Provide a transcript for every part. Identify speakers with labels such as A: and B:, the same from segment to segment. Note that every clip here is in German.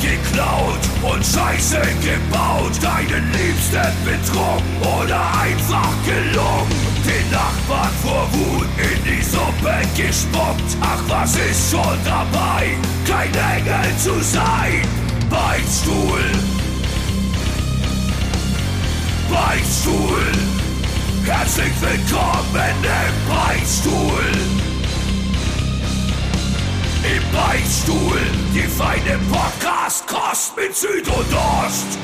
A: geklaut und Scheiße gebaut, deinen Liebsten betrogen oder einfach gelogen. Den Nachbarn vor Wut in die Suppe gespuckt. Ach, was ist schon dabei, kein Engel zu sein? Beinstuhl, Beinstuhl, herzlich willkommen im Beinstuhl. Im Beinstuhl, die feine Podcast-Kost mit Süd und Ost.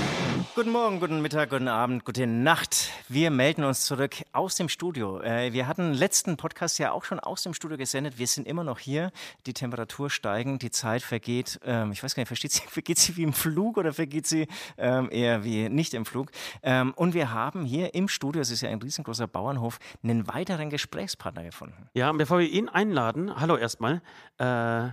B: Guten Morgen, guten Mittag, guten Abend, gute Nacht. Wir melden uns zurück aus dem Studio. Äh, Wir hatten letzten Podcast ja auch schon aus dem Studio gesendet. Wir sind immer noch hier. Die Temperatur steigen, die Zeit vergeht. Ähm, Ich weiß gar nicht, versteht sie, vergeht sie wie im Flug oder vergeht sie ähm, eher wie nicht im Flug? Ähm, Und wir haben hier im Studio, es ist ja ein riesengroßer Bauernhof, einen weiteren Gesprächspartner gefunden.
C: Ja, und bevor wir ihn einladen, hallo erstmal äh,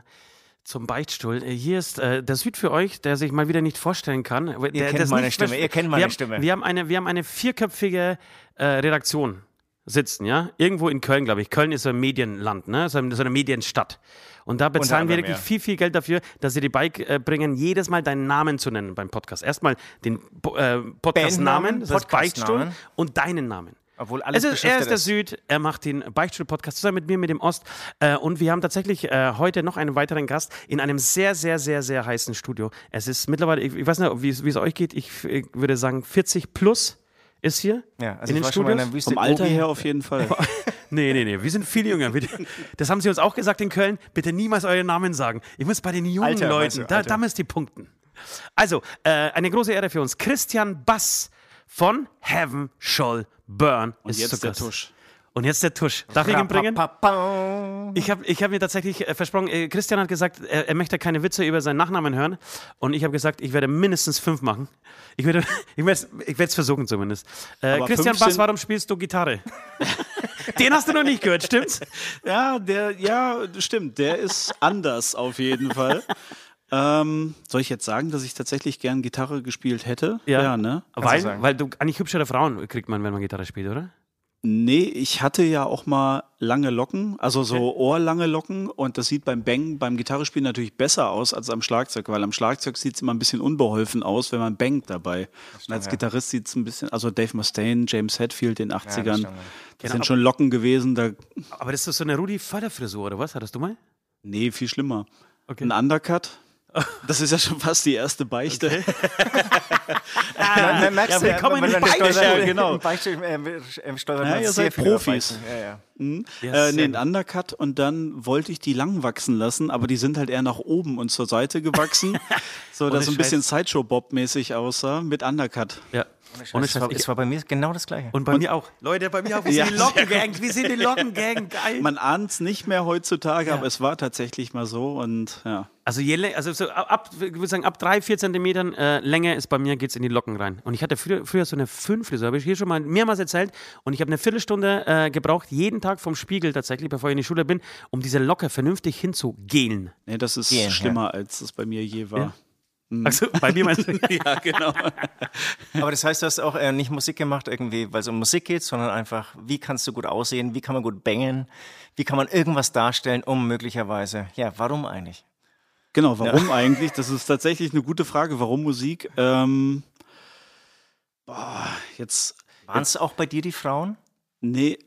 C: zum Beichtstuhl. Äh, Hier ist äh, der Süd für euch, der sich mal wieder nicht vorstellen kann. Ihr
B: kennt meine Stimme, ihr kennt meine
C: wir haben,
B: Stimme.
C: Wir haben eine, wir haben eine vierköpfige äh, Redaktion sitzen, ja? Irgendwo in Köln, glaube ich. Köln ist so ein Medienland, ne? So eine, so eine Medienstadt. Und da bezahlen wir
B: anderem,
C: wirklich
B: ja.
C: viel, viel Geld dafür, dass sie die Bike äh, bringen, jedes Mal deinen Namen zu nennen beim Podcast. Erstmal den Bo- äh, Podcast-Namen, das heißt
B: Podcastnamen.
C: Beichtstuhl und deinen Namen.
B: Obwohl alles
C: es ist, Er
B: beschriftet
C: ist der
B: ist.
C: Süd, er macht den Beichtstuhl-Podcast zusammen mit mir, mit dem Ost. Äh, und wir haben tatsächlich äh, heute noch einen weiteren Gast in einem sehr, sehr, sehr, sehr heißen Studio. Es ist mittlerweile, ich, ich weiß nicht, wie es wie es euch geht, ich, ich würde sagen 40 plus ist hier
B: Ja, also ich
C: in den
B: war schon mal in
C: Studios.
B: der Wüste
D: Vom Alter
B: Gobi.
D: her auf jeden Fall.
C: Nee, nee, nee, wir sind viel jünger. Wir- Das haben sie uns auch gesagt in Köln. Bitte niemals euren Namen sagen. Ich muss bei den jungen
B: Alter, meinst
C: Leuten,
B: du,
C: da,
B: Alter.
C: da müsst ihr punkten. Also, äh, eine große Ehre für uns. Christian Bass von Heaven Shall Burn ist
D: jetzt
C: zu
D: der
C: Gast.
D: Tusch.
C: Und jetzt der Tusch. Darf ich ihn bringen?
B: Rapapapau.
C: Ich habe ich hab mir tatsächlich äh, versprochen, äh, Christian hat gesagt, er, er möchte keine Witze über seinen Nachnamen hören. Und ich habe gesagt, ich werde mindestens fünf machen. Ich werde ich werd's- ich werd's versuchen zumindest. Äh,
D: Aber
C: Christian
D: fünf
C: Bass,
D: sind-
C: warum spielst du Gitarre? Den hast du noch nicht gehört, stimmt's?
D: Ja, der, ja, stimmt. Der ist anders auf jeden Fall. Ähm, soll ich jetzt sagen, dass ich tatsächlich gern Gitarre gespielt hätte? ne?
C: Weil,
B: sagen.
C: weil du eigentlich hübschere Frauen kriegt man, wenn man Gitarre spielt, oder?
D: Nee, ich hatte ja auch mal lange Locken, also so ohrlange Locken und das sieht beim Bang, beim Gitarrespielen natürlich besser aus als am Schlagzeug, weil am Schlagzeug sieht es immer ein bisschen unbeholfen aus, wenn man bangt dabei. und als Gitarrist sieht es ein bisschen, also Dave Mustaine, James Hetfield in den 80ern, das,
B: stimmt, ja. Genau.
D: sind schon Locken gewesen, da
C: Aber das ist so eine Rudi Völler-Frisur, oder was? Hattest du mal?
D: Nee, viel schlimmer. Ein Undercut. Das ist ja schon fast die erste Beichte. Ah,
B: Man, man merkt
C: Ja, willkommen
B: man,
C: im
B: man
C: Beichtstuhl,
B: stolpert-
D: genau.
B: Im Beichtstuhl ähm, ähm, stolpert
D: Ja,
B: man
D: ihr
B: sehr
D: seid
B: viel über
D: Profis.
B: Beichten. Ja, ja.
D: äh, nee, ein Undercut und dann wollte ich die lang wachsen lassen, aber die sind halt eher nach oben und zur Seite gewachsen, so dass es ein
C: Scheiß.
D: bisschen Sideshow-Bob-mäßig aussah mit Undercut.
C: Ja.
B: Ohne Scheiß, es war bei mir genau das Gleiche.
C: und bei mir auch. Leute, bei mir auch. Wir
D: Ja,
C: sind die Lockengang. Wir sind die Lockengang. Geil.
D: Man ahnt es nicht mehr heutzutage, aber es war tatsächlich mal so und ja.
C: Also, je, lä- also so ab, ich würde sagen, ab drei, vier Zentimetern äh, Länge ist bei mir, geht's in die Locken rein. Und ich hatte früher, früher so eine Fünffrisur, habe ich hier schon mal mehrmals erzählt. Und ich habe eine Viertelstunde äh, gebraucht, jeden Tag vom Spiegel tatsächlich, bevor ich in die Schule bin, um diese Locke vernünftig hinzugehen.
D: Nee, das ist
B: Gehen,
D: schlimmer, als es bei mir je war.
C: Also, bei mir meinst du?
D: Mhm. Ja, genau.
B: Aber das heißt, du hast auch äh, nicht Musik gemacht, irgendwie, weil es um Musik geht, sondern einfach, wie kannst du gut aussehen, wie kann man gut bangen, wie kann man irgendwas darstellen, um möglicherweise. Ja, warum eigentlich?
D: Genau, warum eigentlich? Das ist tatsächlich eine gute Frage. Warum Musik? Ähm, boah, jetzt
B: Waren es auch bei dir die Frauen?
D: Nee.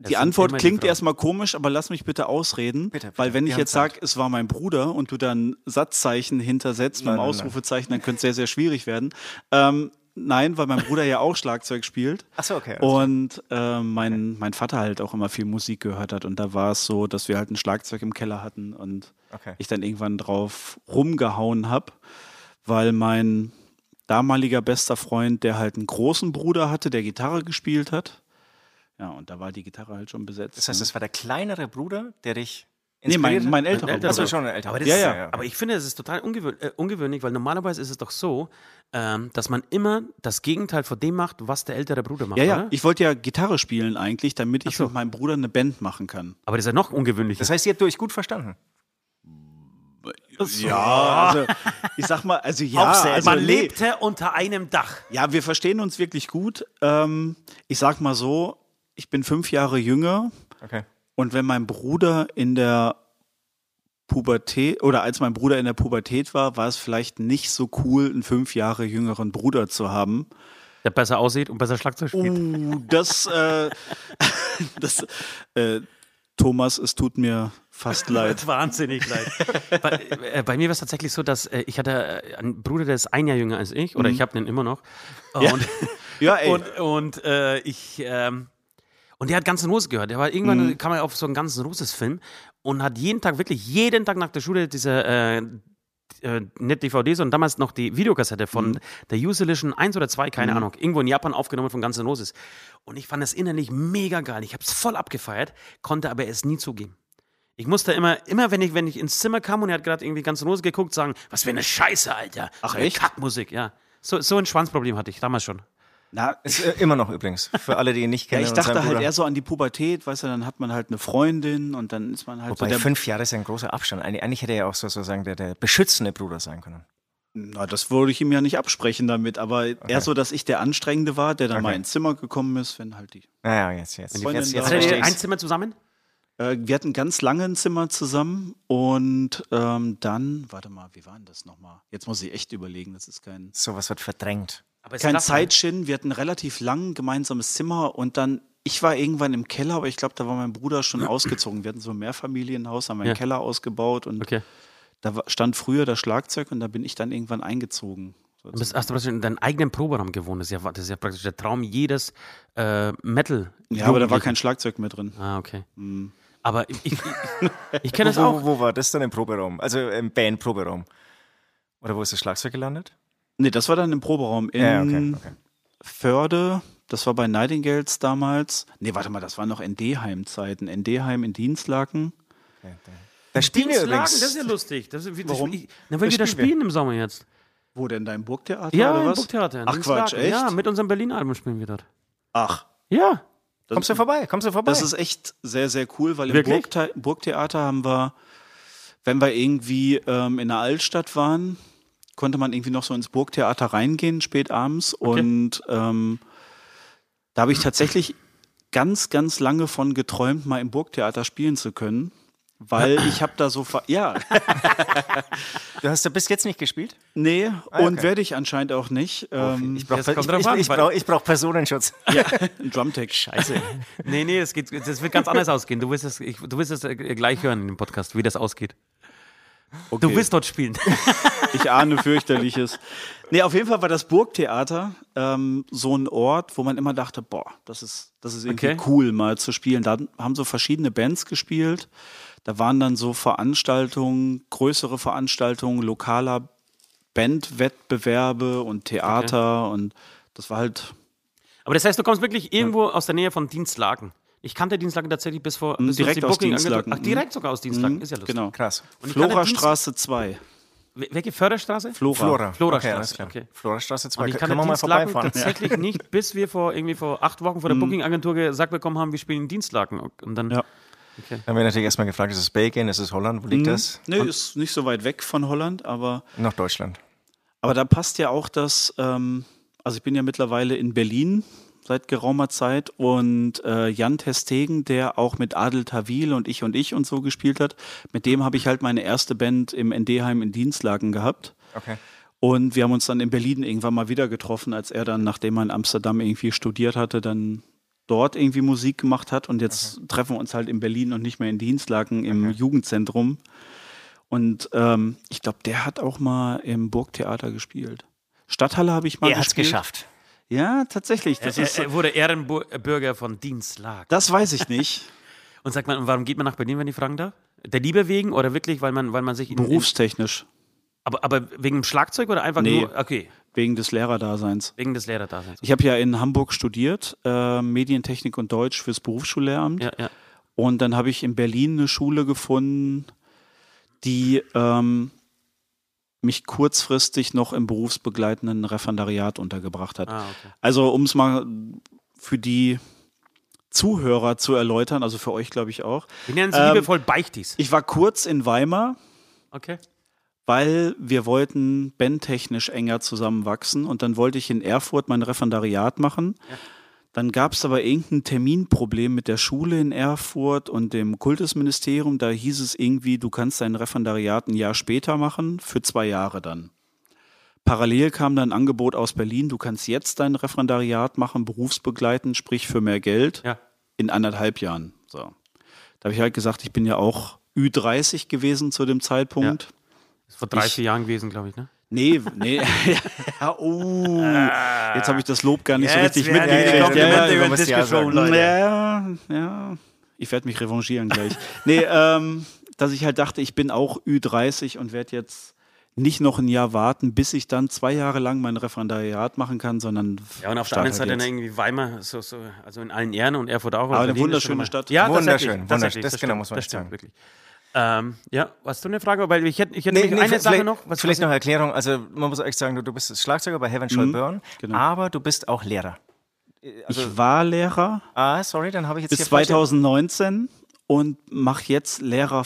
D: Die
C: sind
D: Antwort
C: immer die
D: klingt
C: Frauen.
D: erstmal komisch, aber lass mich bitte ausreden.
B: Bitte, bitte,
D: Weil wenn
B: wir
D: ich
B: haben
D: jetzt
B: Zeit.
D: sage, es war mein Bruder und du dann Satzzeichen hintersetzt mit
B: Nein,
D: einem
B: nein, nein.
D: Ausrufezeichen, dann könnte es sehr, sehr schwierig werden. Ähm, nein, weil mein Bruder ja auch Schlagzeug spielt.
B: Ach so, okay, alles klar.
D: Und äh, mein, mein Vater halt auch immer viel Musik gehört hat. Und da war es so, dass wir halt ein Schlagzeug im Keller hatten und
B: Okay.
D: ich dann irgendwann drauf rumgehauen habe, weil mein damaliger bester Freund, der halt einen großen Bruder hatte, der Gitarre gespielt hat. Ja, und da war die Gitarre halt schon besetzt.
B: Das heißt,
D: ne?
B: es war der kleinere Bruder, der dich.
D: nee,
B: inspiriert
D: mein,
B: hat?
D: mein älterer
C: älterer
D: Bruder.
B: Das war schon ein älterer
C: Aber, das
B: Bruder.
C: ist,
D: Ja,
B: ja.
C: aber ich finde, es ist total ungewö äh, ungewöhnlich, weil normalerweise ist es doch so, ähm, dass man immer das Gegenteil von dem macht, was der ältere Bruder macht.
D: Ja, ja,
C: Oder?
D: ich wollte ja Gitarre spielen eigentlich, damit ich
C: so.
D: mit meinem Bruder eine Band machen kann.
C: Aber das ist ja noch ungewöhnlicher.
B: Das heißt, ihr habt euch gut verstanden.
D: Ja, also ich sag mal, also ja,
B: Auch selten.
D: also,
C: man
D: nee.
C: lebte unter einem Dach.
D: Ja, wir verstehen uns wirklich gut. Ähm, ich sag mal so, ich bin fünf Jahre jünger
B: Okay.
D: und wenn mein Bruder in der Pubertät oder als mein Bruder in der Pubertät war, war es vielleicht nicht so cool, einen fünf Jahre jüngeren Bruder zu haben.
C: Der besser aussieht und besser Schlagzeug spielt.
D: Uh, das, äh, das, äh, Thomas, es tut mir fast leid.
C: Wahnsinnig leid. bei, äh, bei mir war es tatsächlich so, dass äh, ich hatte äh, einen Bruder, der ist ein Jahr jünger als ich, oder ich habe den immer noch.
D: Mhm. Ja.
C: Und,
D: Ja, ey.
C: und, und äh, ich ähm, und der hat ganzen Roses gehört. Der war irgendwann
D: Mhm.
C: kam er auf so einen ganzen Roses Film und hat jeden Tag wirklich jeden Tag nach der Schule diese äh, äh, nicht DVD, sondern damals noch die Videokassette von
D: Mhm.
C: der Usilition 1 oder 2, keine Ahnung, irgendwo in Japan aufgenommen von ganzen Roses. Und ich fand das innerlich mega geil. Ich habe es voll abgefeiert, konnte aber es nie zugeben. Ich musste immer, immer wenn ich, wenn ich ins Zimmer kam und er hat gerade irgendwie ganze Rose geguckt, sagen, was für eine Scheiße, Alter. Ach,
D: echt?
C: Kackmusik, ja. So, so ein Schwanzproblem hatte ich damals schon.
D: Na,
B: Ist äh, immer noch übrigens, für alle, die ihn nicht
D: ja,
B: kennen.
D: ich
B: und
D: dachte
B: seinen
D: halt
B: Bruder.
D: eher so an die Pubertät, weißt du, dann hat man halt eine Freundin und dann ist man halt
B: Wobei
D: so der.
B: fünf Jahre ist ja ein großer Abstand. Eigentlich eigentlich hätte er ja auch sozusagen der, der beschützende Bruder sein können.
D: Na, das würde ich ihm ja nicht absprechen damit, aber eher so, dass ich der Anstrengende war, der dann mal ins Zimmer gekommen ist, wenn halt die.
B: Naja, jetzt, jetzt.
D: die
B: Jetzt,
D: Freundin
B: jetzt
D: da
C: Hattet
D: ist.
B: verstehe
C: ihr
B: ich's.
C: ein Zimmer zusammen?
D: Äh, wir hatten ganz lange ein Zimmer zusammen und ähm, dann, warte mal, wie war denn das nochmal? Jetzt muss ich echt überlegen, das ist kein.
B: Sowas wird verdrängt.
C: Aber ne? es
D: Kein
C: klappt nicht.
D: Zeitschin, wir hatten relativ lang ein gemeinsames Zimmer und dann, ich war irgendwann im Keller, aber ich glaube, da war mein Bruder schon ausgezogen. Wir hatten so ein Mehrfamilienhaus, haben einen
C: Ja.
D: Keller ausgebaut und
C: Okay.
D: da war- stand früher das Schlagzeug und da bin ich dann irgendwann eingezogen. So,
C: Du bist, hast du praktisch in deinem eigenen Proberaum gewohnt. Das ist ja, das ist ja praktisch der Traum jedes äh, Metal.
D: ja, aber da war kein Hm. Schlagzeug mehr drin.
C: Ah, okay. Aber ich, ich, ich, ich kenne
B: Wo,
C: das auch.
B: wo, wo war das dann im Proberaum? Also im Band-Proberaum. Oder wo ist das Schlagzeug gelandet?
D: Nee, das war dann im Proberaum in
B: Ja, okay, okay.
D: Förde. Das war bei Nightingales damals. Nee, warte mal, das waren noch ND-Heim-Zeiten. ND-Heim in Dienstlaken.
B: Da spielen wir
C: Dienstlagen,
B: übrigens.
C: das ist ja lustig. Das, ist-
D: Warum?
C: Ich, na, weil
B: Das
C: wir da
B: spielen wir.
C: spielen im Sommer jetzt.
D: Wo denn, da im Burgtheater
C: Ja,
D: oder
C: im
D: was?
C: Burgtheater. in
D: Ach Quatsch,
C: Dienstlaken.
D: echt?
C: Ja, mit unserem Berlin-Album spielen wir dort.
D: Ach,
C: Ja.
B: Kommst du vorbei? Kommst du vorbei?
D: Das ist echt sehr, sehr cool, weil im
C: Wirklich?
D: Burgthe Burgtheater haben wir, wenn wir irgendwie ähm, in der Altstadt waren, konnte man irgendwie noch so ins Burgtheater reingehen, spät abends. Und ähm, da habe ich tatsächlich ganz, ganz lange von geträumt, mal im Burgtheater spielen zu können. Weil ich habe da so, ver ja,
B: du hast da bis jetzt nicht gespielt?
D: nee,
B: Ah,
D: und
B: okay.
D: werde ich anscheinend auch nicht. Ähm,
B: Ich brauche
C: jetzt kommt
B: ich,
C: drauf
B: ich,
C: an,
B: ich
C: weil-
B: brauch, ich brauch Personenschutz.
D: ja, ein Drumtech. Scheiße.
C: Nee, nee, das, geht, das wird ganz anders ausgehen. Du wirst es, ich, du wirst es äh, gleich hören im Podcast, wie das ausgeht. Du wirst dort spielen.
D: Ich ahne fürchterliches. Nee, auf jeden Fall war das Burgtheater ähm, so ein Ort, wo man immer dachte, boah, das ist, das ist irgendwie
C: Okay.
D: cool, mal zu spielen. Da haben so verschiedene Bands gespielt. Da waren dann so Veranstaltungen, größere Veranstaltungen, lokaler Bandwettbewerbe und Theater und das war halt,
C: Aber das heißt, du kommst wirklich irgendwo aus der Nähe von Dienstlagen. Ich kannte Dienstlagen tatsächlich bis vor. Bis uns
D: Hm, direkt
C: die
D: aus
C: Booking angetroffen-
D: Dienstlagen.
C: Ach, direkt sogar aus Dienstlagen.
D: Mhm,
C: Ist ja lustig.
D: genau.
B: Krass.
C: Und ich kannte
D: Florastraße 2.
C: Dienst- Welche Förderstraße?
D: Flora.
B: Flora.
C: Florastraße,
B: alles klar.
C: okay.
B: Florastraße 2.
C: Und ich
B: Kann
C: kannte
B: man mal
C: Dienstlaken
B: vorbeifahren?
C: tatsächlich nicht, bis wir vor irgendwie vor acht Wochen von der Booking-Agentur gesagt bekommen haben, wir spielen Dienstlaken. Und dann
D: Hm.
C: äh,
D: Ja.
B: Dann haben wir natürlich erstmal gefragt, ist es Belgien, ist es Holland, wo liegt das?
D: Nee, ist nicht so weit weg von Holland, aber
B: Noch Deutschland.
D: Aber da passt ja auch das, ähm, also ich bin ja mittlerweile in Berlin seit geraumer Zeit und äh, Jan Testegen, der auch mit Adel Tawil und ich und ich und so gespielt hat, mit dem habe ich halt meine erste Band im ND-Heim in Dienstlaken gehabt.
B: Okay.
D: Und wir haben uns dann in Berlin irgendwann mal wieder getroffen, als er dann, nachdem er in Amsterdam irgendwie studiert hatte, dann dort irgendwie Musik gemacht hat. Und jetzt treffen wir uns halt in Berlin und nicht mehr in Dienstlaken im Jugendzentrum. Und ähm, ich glaube, der hat auch mal im Burgtheater gespielt. Stadthalle habe ich mal
B: Er hat es
D: gespielt.
B: geschafft.
D: Ja, tatsächlich. Das,
C: er,
D: ist,
C: er wurde Ehrenbürger von Dienstlaken.
D: das weiß ich nicht.
C: Und sagt man, warum geht man nach Berlin, wenn ich fragen darf? Der Liebe wegen oder wirklich, weil man, weil man sich in, in,
D: Berufstechnisch.
C: aber, aber wegen dem Schlagzeug oder einfach
D: Nee.
C: nur. Okay,
D: Wegen des Lehrerdaseins.
C: wegen des Lehrerdaseins.
D: Ich habe ja in Hamburg studiert, äh, Medientechnik und Deutsch fürs Berufsschullehramt.
C: Ja, ja.
D: Und dann habe ich in Berlin eine Schule gefunden, die ähm, mich kurzfristig noch im berufsbegleitenden Referendariat untergebracht hat.
C: Ah, okay.
D: Also um es mal für die Zuhörer zu erläutern, also für euch glaube ich auch.
C: Wir nennen es
D: Ähm,
C: liebevoll Beichtis.
D: Ich war kurz in Weimar,
C: Okay.
D: weil wir wollten bandtechnisch enger zusammenwachsen und dann wollte ich in Erfurt mein Referendariat machen. Dann gab es aber irgendein Terminproblem mit der Schule in Erfurt und dem Kultusministerium. Da hieß es irgendwie, du kannst dein Referendariat ein Jahr später machen, für zwei Jahre dann. Parallel kam dann ein Angebot aus Berlin, du kannst jetzt dein Referendariat machen, berufsbegleitend, sprich für mehr Geld,
C: Ja.
D: in anderthalb Jahren. So. Da habe ich halt gesagt, ich bin ja auch Ü30 gewesen zu dem Zeitpunkt.
C: Ist vor 30 Jahren gewesen, glaube ich, ne?
D: Nee, nee. ja, oh. Jetzt habe ich das Lob gar nicht so richtig
B: werden die
D: mitgekriegt.
B: Komplimente
D: Ja, ja,
B: über den
D: muss
B: Tisch
D: ja
B: geschoben,
D: sagen.
B: Leute.
D: Ja, ja. Ich werde mich revanchieren gleich. nee, ähm, dass ich halt dachte, ich bin auch Ü30 und werde jetzt nicht noch ein Jahr warten, bis ich dann zwei Jahre lang mein Referendariat machen kann, sondern.
C: Ja, und auf der
D: start
C: anderen Seite dann
D: halt jetzt.
C: irgendwie Weimar, so, so, also in allen Ehren und Erfurt auch.
D: Aber eine
C: Berlin ist
D: wunderschöne
C: schon mal-
D: Stadt.
C: Ja,
B: Wunderschön,
C: tatsächlich,
B: wunderschön.
C: tatsächlich,
B: Das genau
C: stimmt,
B: muss man
C: das
B: echt
C: stimmt,
B: sagen.
C: Wirklich. Ähm, ja, hast du eine Frage? Weil ich hätte, ich hätte
B: Nee,
C: nämlich
B: nee,
C: eine
B: vielleicht-
C: Sache noch. Was
B: vielleicht noch Erklärung. Also man muss echt sagen, du, du bist Schlagzeuger bei Heaven Shall Burn, aber du bist auch Lehrer.
D: ich war Lehrer
B: Ah, sorry, dann habe ich jetzt
D: bis
B: hier falsche-
D: 2019 und mache jetzt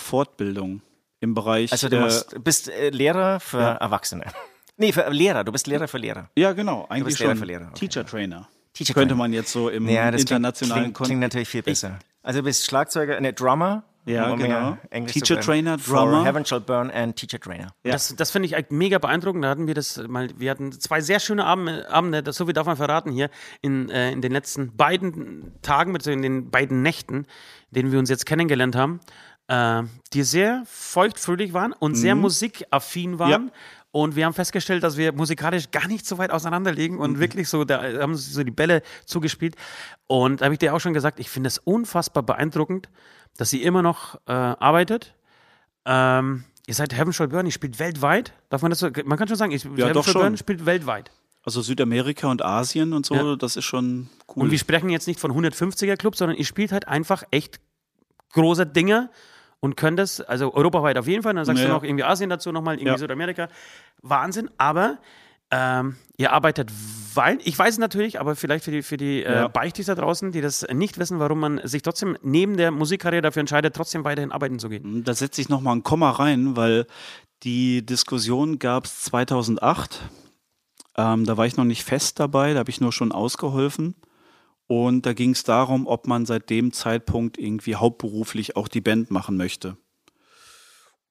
D: Lehrerfortbildung im Bereich.
B: Also du
D: äh,
B: machst, bist äh, Lehrer für Erwachsene. Nee, für Lehrer. Du bist Lehrer für Lehrer.
D: Ja, genau, eigentlich
B: bist Lehrer
D: schon.
B: für Lehrer, okay.
D: Teacher Trainer.
B: Teacher
D: könnte
B: Trainer.
D: man jetzt so im
B: Ja, das klingt,
D: internationalen
B: klingt, klingt
D: Kontext.
B: natürlich viel besser. Also du bist Schlagzeuger, ne, Drummer.
D: Ja,
B: ja
D: genau.
B: Englisch
D: Teacher
B: zu
D: Trainer,
B: for
D: Drummer.
B: Heaven Shall Burn and Teacher Trainer.
D: Ja.
C: Das, das finde ich eigentlich mega beeindruckend. Da hatten wir das mal, wir hatten zwei sehr schöne Abende, Abende das so viel darf man verraten hier, in, äh, in den letzten beiden Tagen, beziehungsweise in den beiden Nächten, in denen wir uns jetzt kennengelernt haben, äh, die sehr feuchtfröhlich waren und sehr musikaffin waren.
D: Mhm. Ja.
C: Und wir haben festgestellt, dass wir musikalisch gar nicht so weit auseinander liegen
D: Mhm.
C: und wirklich so, da haben sich so die Bälle zugespielt. Und da habe ich dir auch schon gesagt, ich finde es unfassbar beeindruckend, dass sie immer noch äh, arbeitet. Ähm, ihr seid Heaven Shall Burn, ihr spielt weltweit. Darf man das so, man kann schon sagen, ich, Heaven
D: doch
C: Shall
D: schon.
C: Burn spielt weltweit.
D: Also Südamerika und Asien und so,
C: Ja.
D: das ist schon cool.
C: Und wir sprechen jetzt nicht von 150er Club, sondern ihr spielt halt einfach echt große Dinge und könnt das, also europaweit auf jeden Fall, dann sagst
D: Ja.
C: du noch irgendwie Asien dazu, nochmal irgendwie
D: Ja.
C: Südamerika. Wahnsinn, aber ähm, ihr arbeitet weil, ich weiß es natürlich, aber vielleicht für die, für die äh,
D: Ja.
C: Beichtis da draußen, die das nicht wissen, warum man sich trotzdem neben der Musikkarriere dafür entscheidet, trotzdem weiterhin arbeiten zu gehen.
D: da setze ich nochmal ein Komma rein, weil die Diskussion gab es 2008. Ähm, da war ich noch nicht fest dabei, da habe ich nur schon ausgeholfen. Und da ging es darum, ob man seit dem Zeitpunkt irgendwie hauptberuflich auch die Band machen möchte.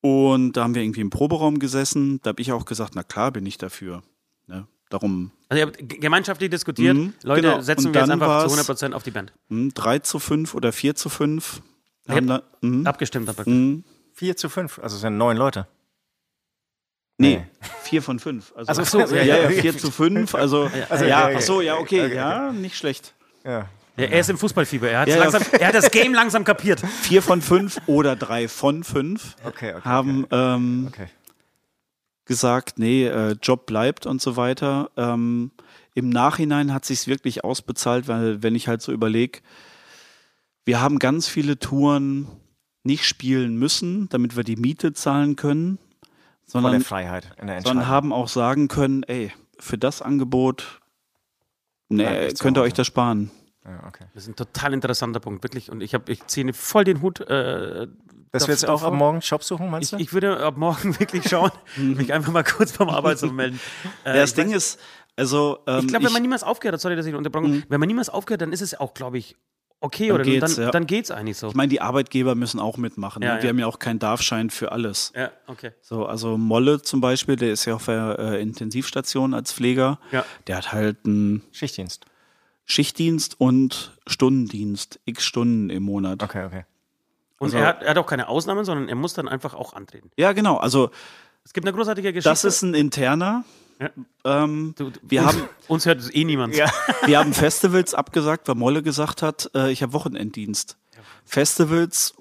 D: Und da haben wir irgendwie im Proberaum gesessen. Da habe ich auch gesagt, na klar bin ich dafür. Ne? Darum
C: Also ihr habt g- gemeinschaftlich diskutiert,
D: Mhm,
C: Leute,
D: genau.
C: setzen
D: Und
C: wir jetzt
D: dann
C: einfach zu
D: war's-
C: 100% auf die Band.
D: hm, 3 zu 5 oder 4 zu 5.
C: Ja.
D: Haben da, hm,
C: Abgestimmt aber.
B: 4 zu 5, also es sind neun Leute.
D: nee, 4 von 5. Also,
B: Ach so,
D: ja,
B: ja,
D: ja,
B: ja.
D: 4 zu 5. Also,
B: Also,
D: ja,
B: ja,
D: ach so, ja, okay,
B: okay,
D: ja, nicht schlecht.
B: Ja.
C: Ja, er ist im Fußballfieber. Er hat,
D: Ja, ja.
C: langsam, er hat das Game langsam kapiert.
D: 4 von 5 oder 3 von 5
B: Okay, okay.
D: haben ähm,
B: okay.
D: gesagt, nee, äh, Job bleibt und so weiter. Ähm, Im Nachhinein hat sich's wirklich ausbezahlt, weil wenn ich halt so überlege, wir haben ganz viele Touren nicht spielen müssen, damit wir die Miete zahlen können,
B: Volle
D: sondern
B: Freiheit in der Entscheidung.
D: sondern haben auch sagen können, ey, für das Angebot nee,
B: Bleibt nicht zu
D: könnt ihr
B: Hause.
D: euch das sparen.
B: ja, okay.
C: Das ist ein total interessanter Punkt, wirklich. Und ich, hab, ich ziehe voll den Hut. Äh,
B: Das wird
C: dav-
B: jetzt auch ab
C: davor.
B: morgen Job suchen, meinst
C: Ich,
B: du?
C: ich würde ab morgen wirklich schauen, mich einfach mal kurz beim Arbeitsamt melden. Äh,
D: Mhm. das
C: ich
D: Ding
C: weiß-
D: ist, also ähm, Mhm.
C: ich glaube, wenn man niemals aufgehört hat, sorry, dass ich unterbrochen habe, wenn man niemals aufgehört, dann ist es auch, glaube ich, okay oder
D: geht's,
C: dann,
D: ja.
C: dann geht's eigentlich so.
D: ich meine, die Arbeitgeber müssen auch mitmachen.
C: Ja,
D: ne?
C: ja.
D: Wir haben ja auch keinen Darfschein für alles.
C: ja, okay.
D: So, also Molle zum Beispiel, der ist ja auf der äh, Intensivstation als Pfleger.
C: Ja.
D: Der hat halt einen
B: Schichtdienst.
D: Schichtdienst und Stundendienst, x Stunden im Monat.
B: Okay, okay.
C: Und
D: Also
C: er, hat, er hat auch keine Ausnahmen, sondern er muss dann einfach auch antreten.
D: Ja, genau. Also
C: Es gibt eine großartige Geschichte.
D: das ist ein interner. Ähm,
C: Du- du-
D: wir
C: uns,
D: haben-
C: uns hört eh niemand.
B: Ja.
D: Wir haben Festivals abgesagt, weil Molle gesagt hat, äh, ich habe Wochenenddienst. Festivals,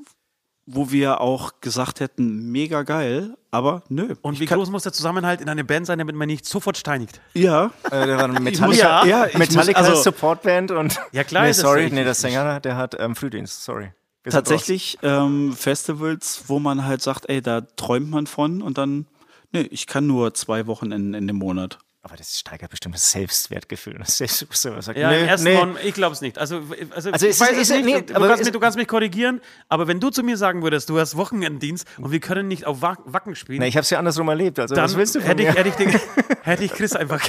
D: wo wir auch gesagt hätten, mega geil, aber nö.
C: Und wie
D: ich kann,
C: groß muss der Zusammenhalt in einer Band sein, damit man nicht sofort steinigt?
D: Ja,
B: Äh, da waren
D: ich muss,
B: Metallica,
D: ja, ja ich
B: Metallica
D: muss, also,
B: Supportband und.
C: Ja, klar
B: Nee,
C: ist es
B: sorry,
C: richtig.
B: nee, der Sänger, der hat ähm, Frühdienst, sorry. Wir sind
D: tatsächlich ähm, Festivals, wo man halt sagt, ey, da träumt man von und dann, nee, ich kann nur zwei Wochenenden in dem Monat.
B: raus. Aber das steigert bestimmt das Selbstwertgefühl. Das Selbstbewusstsein. Sagt,
C: Ja,
B: nee,
C: im ersten
B: nee.
C: Moment, ich glaube es nicht. Also, also,
B: Also
C: ich
B: es
C: weiß
B: ist-
C: es
B: ist-
C: nicht.
B: nee,
C: du,
B: aber
C: kannst
B: es-
C: mich, du kannst mich korrigieren, aber wenn du zu mir sagen würdest, du hast Wochenenddienst und wir können nicht auf Wa- Wacken spielen,
B: Nee, ich habe es ja andersrum erlebt. Also,
C: dann
B: was willst du von
C: hätte,
B: mir?
C: ich, hätte, ich den, hätte ich Chris einfach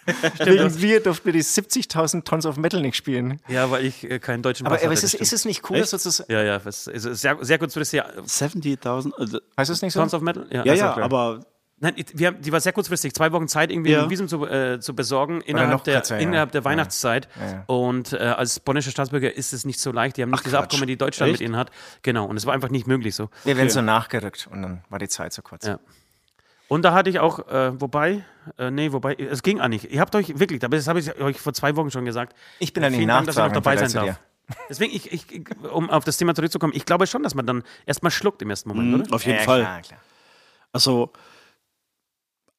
B: Wegen wir durften wir die 70.000 Tons of Metal nicht spielen.
C: Ja, weil ich äh, keinen deutschen
B: Aber,
C: Pass
B: aber
C: hatte,
B: ist, es,
C: das
B: ist
C: stimmt.
B: es nicht cool, dass
C: Echt?
B: das,
C: Ja, ja, es ist sehr, sehr kurzfristig. ja,
D: 70.000? Also,
B: heißt es nicht so?
C: Sons of Metal? ist
D: ja,
C: auch
D: ja,
C: also klar.
D: aber
C: Nein, ich- wir haben, die war sehr kurzfristig, zwei Wochen Zeit, irgendwie
D: Ja.
C: ein Visum zu, äh, zu besorgen innerhalb,
B: noch
C: der,
B: kürzer, ja.
C: innerhalb der Weihnachtszeit.
B: ja.
C: Und äh, als polnischer Staatsbürger ist es nicht so leicht. Die haben nicht diese
D: Quatsch.
C: Abkommen, die Deutschland
D: Echt?
C: mit ihnen hat. Genau, und es war einfach nicht möglich so.
B: Wir werden so nachgerückt und dann war die Zeit zu kurz.
C: Ja. Und da hatte ich auch, äh, wobei, äh, nee, wobei, es ging auch nicht. Ihr habt euch wirklich, aber das habe ich euch vor zwei Wochen schon gesagt.
B: Ich bin an den
C: Vielen Dank, dass ich noch
B: Nachfragen
C: dabei sein
B: zu dir.
C: darf. Deswegen, ich, ich, ich- um auf das Thema zurückzukommen, ich glaube schon, dass man dann erstmal schluckt im ersten Moment,
B: Mhm.
C: oder?
D: mhm, auf jeden
B: ja,
D: Fall.
B: Klar, klar.
D: Also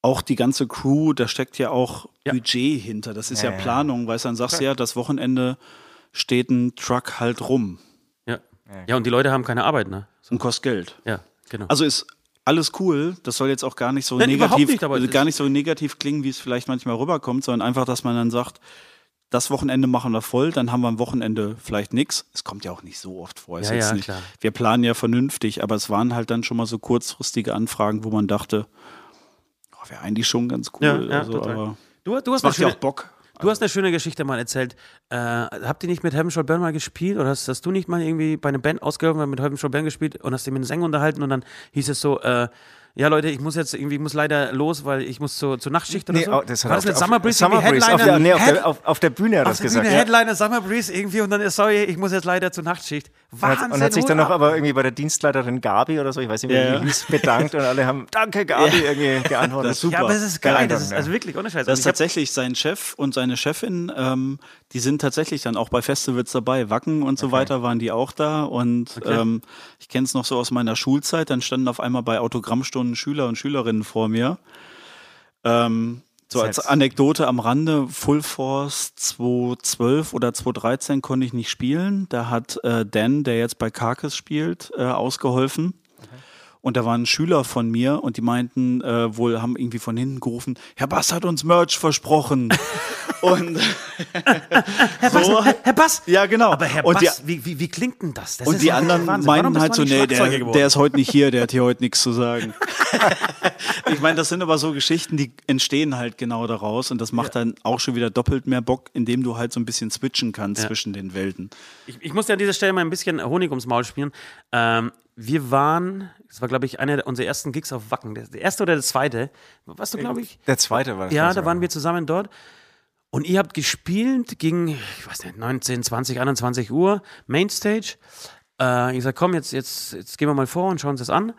D: auch die ganze Crew, da steckt ja auch
C: Ja.
D: Budget hinter. Das ist
B: Ja,
D: ja,
B: ja.
D: Planung, weil dann sagst du ja, das Wochenende steht ein Truck halt rum
C: Ja. ja, und die Leute haben keine Arbeit, ne?
D: und kostet Geld.
C: Ja, genau.
D: Also ist alles cool, das soll jetzt auch gar nicht so
C: Nein, überhaupt
D: negativ
C: nicht, aber
D: also
C: es
D: gar
C: ist-
D: nicht so negativ klingen, wie es vielleicht manchmal rüberkommt, sondern einfach, dass man dann sagt, das Wochenende machen wir voll, dann haben wir am Wochenende vielleicht nichts. Es kommt ja auch nicht so oft vor. Ist
C: Ja,
D: jetzt
C: ja,
D: nicht,
C: klar.
D: Wir planen ja vernünftig, aber es waren halt dann schon mal so kurzfristige Anfragen, wo man dachte, oh, wäre eigentlich schon ganz cool.
C: Ja, ja,
D: also,
C: total.
D: aber
C: du, du hast eine
D: macht ja
C: schöne,
D: auch Bock.
C: Du hast eine schöne Geschichte mal erzählt. Äh, habt ihr nicht mit Heaven Shall Burn mal gespielt? Oder hast, hast du nicht mal irgendwie bei einer Band ausgeholfen, weil mit Heaven Shall Burn gespielt und hast dich mit einem Sänger unterhalten und dann hieß es so, äh, ja Leute, ich muss jetzt irgendwie, ich muss leider los, weil ich muss zur, zur Nachtschicht oder
B: Nee,
C: so.
B: oh, das hat
C: War
B: er auf,
C: das mit
B: auf-
C: Summer Breeze,
B: Summer
C: irgendwie
B: Breeze auf,
C: Headliner?
B: der, nee, auf,
C: Head-
B: der, auf, auf der Bühne hat er das
C: auf der Bühne,
B: gesagt. ja.
C: Headliner, Summer Breeze irgendwie und dann, äh, sorry, ich muss jetzt leider zur Nachtschicht.
B: Und
C: Wahnsinn,
B: hat, und hat sich dann noch
C: Hut ab.
B: aber irgendwie bei der Dienstleiterin Gabi oder so, ich weiß nicht, wie
D: Ja, ja.
B: die hieß, bedankt und alle haben Danke Gabi irgendwie geantwortet.
D: Das ist super.
C: Ja, aber es ist geil,
B: Geil,
C: das ist
B: ja.
C: also wirklich ohne Scheiß.
D: Das ist
C: Also ich hab-
D: tatsächlich sein Chef und seine Chefin, ähm, die sind tatsächlich dann auch bei Festivals dabei. Wacken und so weiter waren die auch da. Und ähm, ich kenne es noch so aus meiner Schulzeit, dann standen auf einmal bei Autogrammstunden Schüler und Schülerinnen vor mir. Ähm, so als
B: Selbst.
D: Anekdote am Rande, Full Force 2012 oder 2013 konnte ich nicht spielen. Da hat äh, Dan, der jetzt bei Carcass spielt, äh, ausgeholfen. Und da waren Schüler von mir und die meinten äh, wohl, haben irgendwie von hinten gerufen, Herr Bass hat uns Merch versprochen. und
C: Herr Bass, Herr, Herr Bass!
D: ja, genau.
C: Aber Herr
D: und
C: Bass,
D: die,
C: wie, wie, wie klingt denn das? das
D: und
C: ist
D: die
C: doch
D: anderen
C: Wahnsinn. Warum
D: meinen
C: bist
D: halt
C: du
D: so,
C: nicht
D: nee,
C: Schlagzeuger
D: der,
C: geworden?
D: der ist heute nicht hier, der hat hier heute nichts zu sagen. ich meine, das sind aber so Geschichten, die entstehen halt genau daraus und das macht dann auch schon wieder doppelt mehr Bock, indem du halt so ein bisschen switchen kannst zwischen den Welten.
C: Ich, ich muss dir an dieser Stelle mal ein bisschen Honig ums Maul spielen. Ähm, wir waren, das war, glaube ich, einer der- unserer ersten Gigs auf Wacken. Der, der erste oder der zweite? Warst du, glaube ich?
B: Der zweite war das.
C: Ja,
B: weiß
C: da
B: ich
C: waren wir zusammen dort. Und ihr habt gespielt gegen, ich weiß nicht, 19, 20, 21 Uhr, Mainstage. Äh, ich sag, komm, jetzt, jetzt, jetzt gehen wir mal vor und schauen uns das an.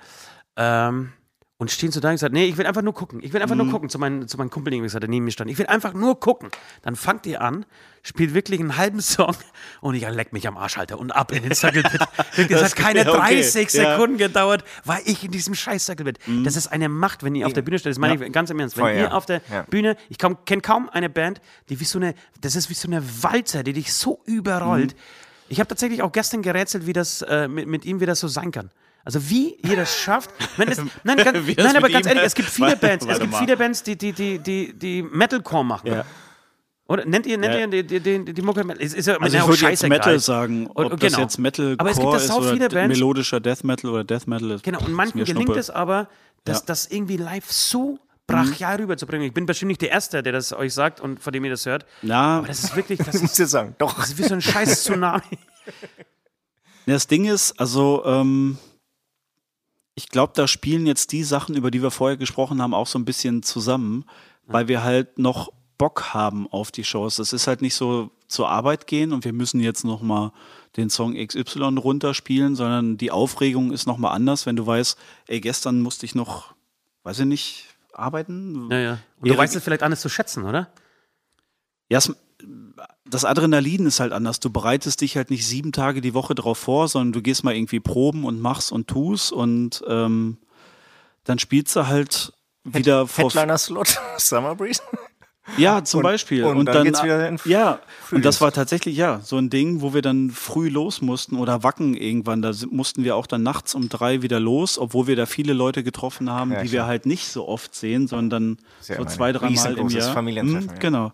C: Ähm, und stehen so da und gesagt, nee, ich will einfach nur gucken. Ich will einfach
D: Mhm.
C: nur gucken. Zu meinem, zu meinem Kumpel, irgendwie gesagt, der neben mir stand. Ich will einfach nur gucken. Dann fangt ihr an, spielt wirklich einen halben Song und ich leck mich am Arsch, Alter. Und ab in den Circle Pit. Wirklich, das,
D: Das-
C: hat keine
D: ja, okay.
C: 30
D: Ja.
C: Sekunden gedauert, war ich in diesem scheiß Circle Pit.
D: Mhm.
C: Das ist eine Macht, wenn ihr auf der Bühne steht. Das meine ich ganz im Ernst. Wenn
B: Voll,
C: ihr
B: ja.
C: auf der
B: Ja.
C: Bühne, ich kenne kaum eine Band, die wie so eine, das ist wie so eine Walzer, die dich so überrollt.
D: Mhm.
C: Ich habe tatsächlich auch gestern gerätselt, wie das äh, mit, mit ihm, wie das so sein kann. Also wie ihr das schafft. Wenn es, nein, ganz,
D: Wie das
C: nein aber
D: mit
C: ganz
D: ihm-
C: ehrlich, es gibt viele
D: Warte,
C: Bands, es
D: warte
C: gibt
D: mal.
C: viele Bands, die, die, die, die, die Metalcore machen.
D: Ja.
C: Oder nennt ihr, nennt
D: Ja.
C: ihr die, die, die, die Mucke Metal? Ist, ist ja
D: Also
C: ja
D: ich
C: auch
D: würde jetzt
C: scheißegal.
D: Metal sagen, ob
C: Und-
D: das
C: genau.
D: jetzt Metal
C: Aber es gibt
D: Core
C: da
D: ist
C: sau
D: oder
C: viele
D: d-
C: Bands.
D: melodischer Death Metal oder Death Metal ist.
C: Genau,
D: ist
C: und
D: mir
C: manchen gelingt
D: Schnuppe.
C: es aber, das,
D: Ja. Mhm.
C: das irgendwie live so brachial rüberzubringen. Ich bin bestimmt nicht der Erste, der das euch sagt und von dem ihr das hört.
D: Na,
C: Aber das ist wirklich, das ist,
B: Muss ich sagen, doch.
C: das ist wie so ein scheiß Tsunami.
D: Ja, Das Ding ist, also ähm, ich glaube, da spielen jetzt die Sachen, über die wir vorher gesprochen haben, auch so ein bisschen zusammen, weil wir halt noch Bock haben auf die Shows. Es ist halt nicht so zur Arbeit gehen und wir müssen jetzt noch mal den Song XY runterspielen, sondern die Aufregung ist noch mal anders, wenn du weißt, ey, gestern musste ich noch, weiß ich nicht, arbeiten.
C: Ja, ja. Und
D: Erik-
C: du weißt es vielleicht anders zu schätzen, oder?
D: Ja, es, das Adrenalin ist halt anders. Du bereitest dich halt nicht sieben Tage die Woche drauf vor, sondern du gehst mal irgendwie proben und machst und tust und ähm, dann spielst du halt wieder vor.
B: Headliner-Slot, Summer Breeze.
D: Ja, zum Beispiel.
B: und dann geht's wieder in
D: Ja, und
B: Frühlings-
D: das war tatsächlich, ja, so ein Ding, wo wir dann früh los mussten oder wacken irgendwann. Da si- mussten wir auch dann nachts um drei wieder los, obwohl wir da viele Leute getroffen haben,
B: Ja,
D: die
B: klar.
D: wir halt nicht so oft sehen, sondern
B: ja
D: so
B: immer
D: zwei,
B: ein
D: drei Mal im
B: riesengroßes
D: Jahr.
B: Familientreffen, ja.
D: Genau.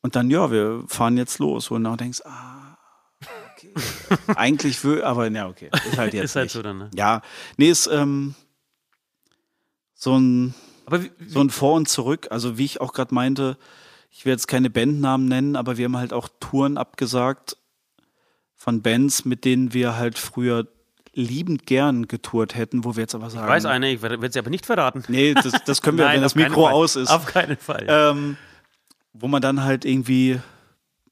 D: Und dann, ja, wir fahren jetzt los. Und dann denkst ah, okay. Eigentlich will, aber ja, okay. Ist halt jetzt
C: Ist halt
D: nicht.
C: so dann, ne?
D: Ja, nee, ist ähm, so ein
C: Aber wie,
D: So ein Vor und Zurück, also wie ich auch gerade meinte, ich will jetzt keine Bandnamen nennen, aber wir haben halt auch Touren abgesagt von Bands, mit denen wir halt früher liebend gern getourt hätten, wo wir jetzt aber sagen,
C: weiß einer, ich werde es aber nicht verraten.
D: nee, das, das können wir, Ähm. wenn das
C: auf keinen
D: Mikro
C: Fall.
D: aus ist,
C: Auf keinen Fall.
D: ähm, wo man dann halt irgendwie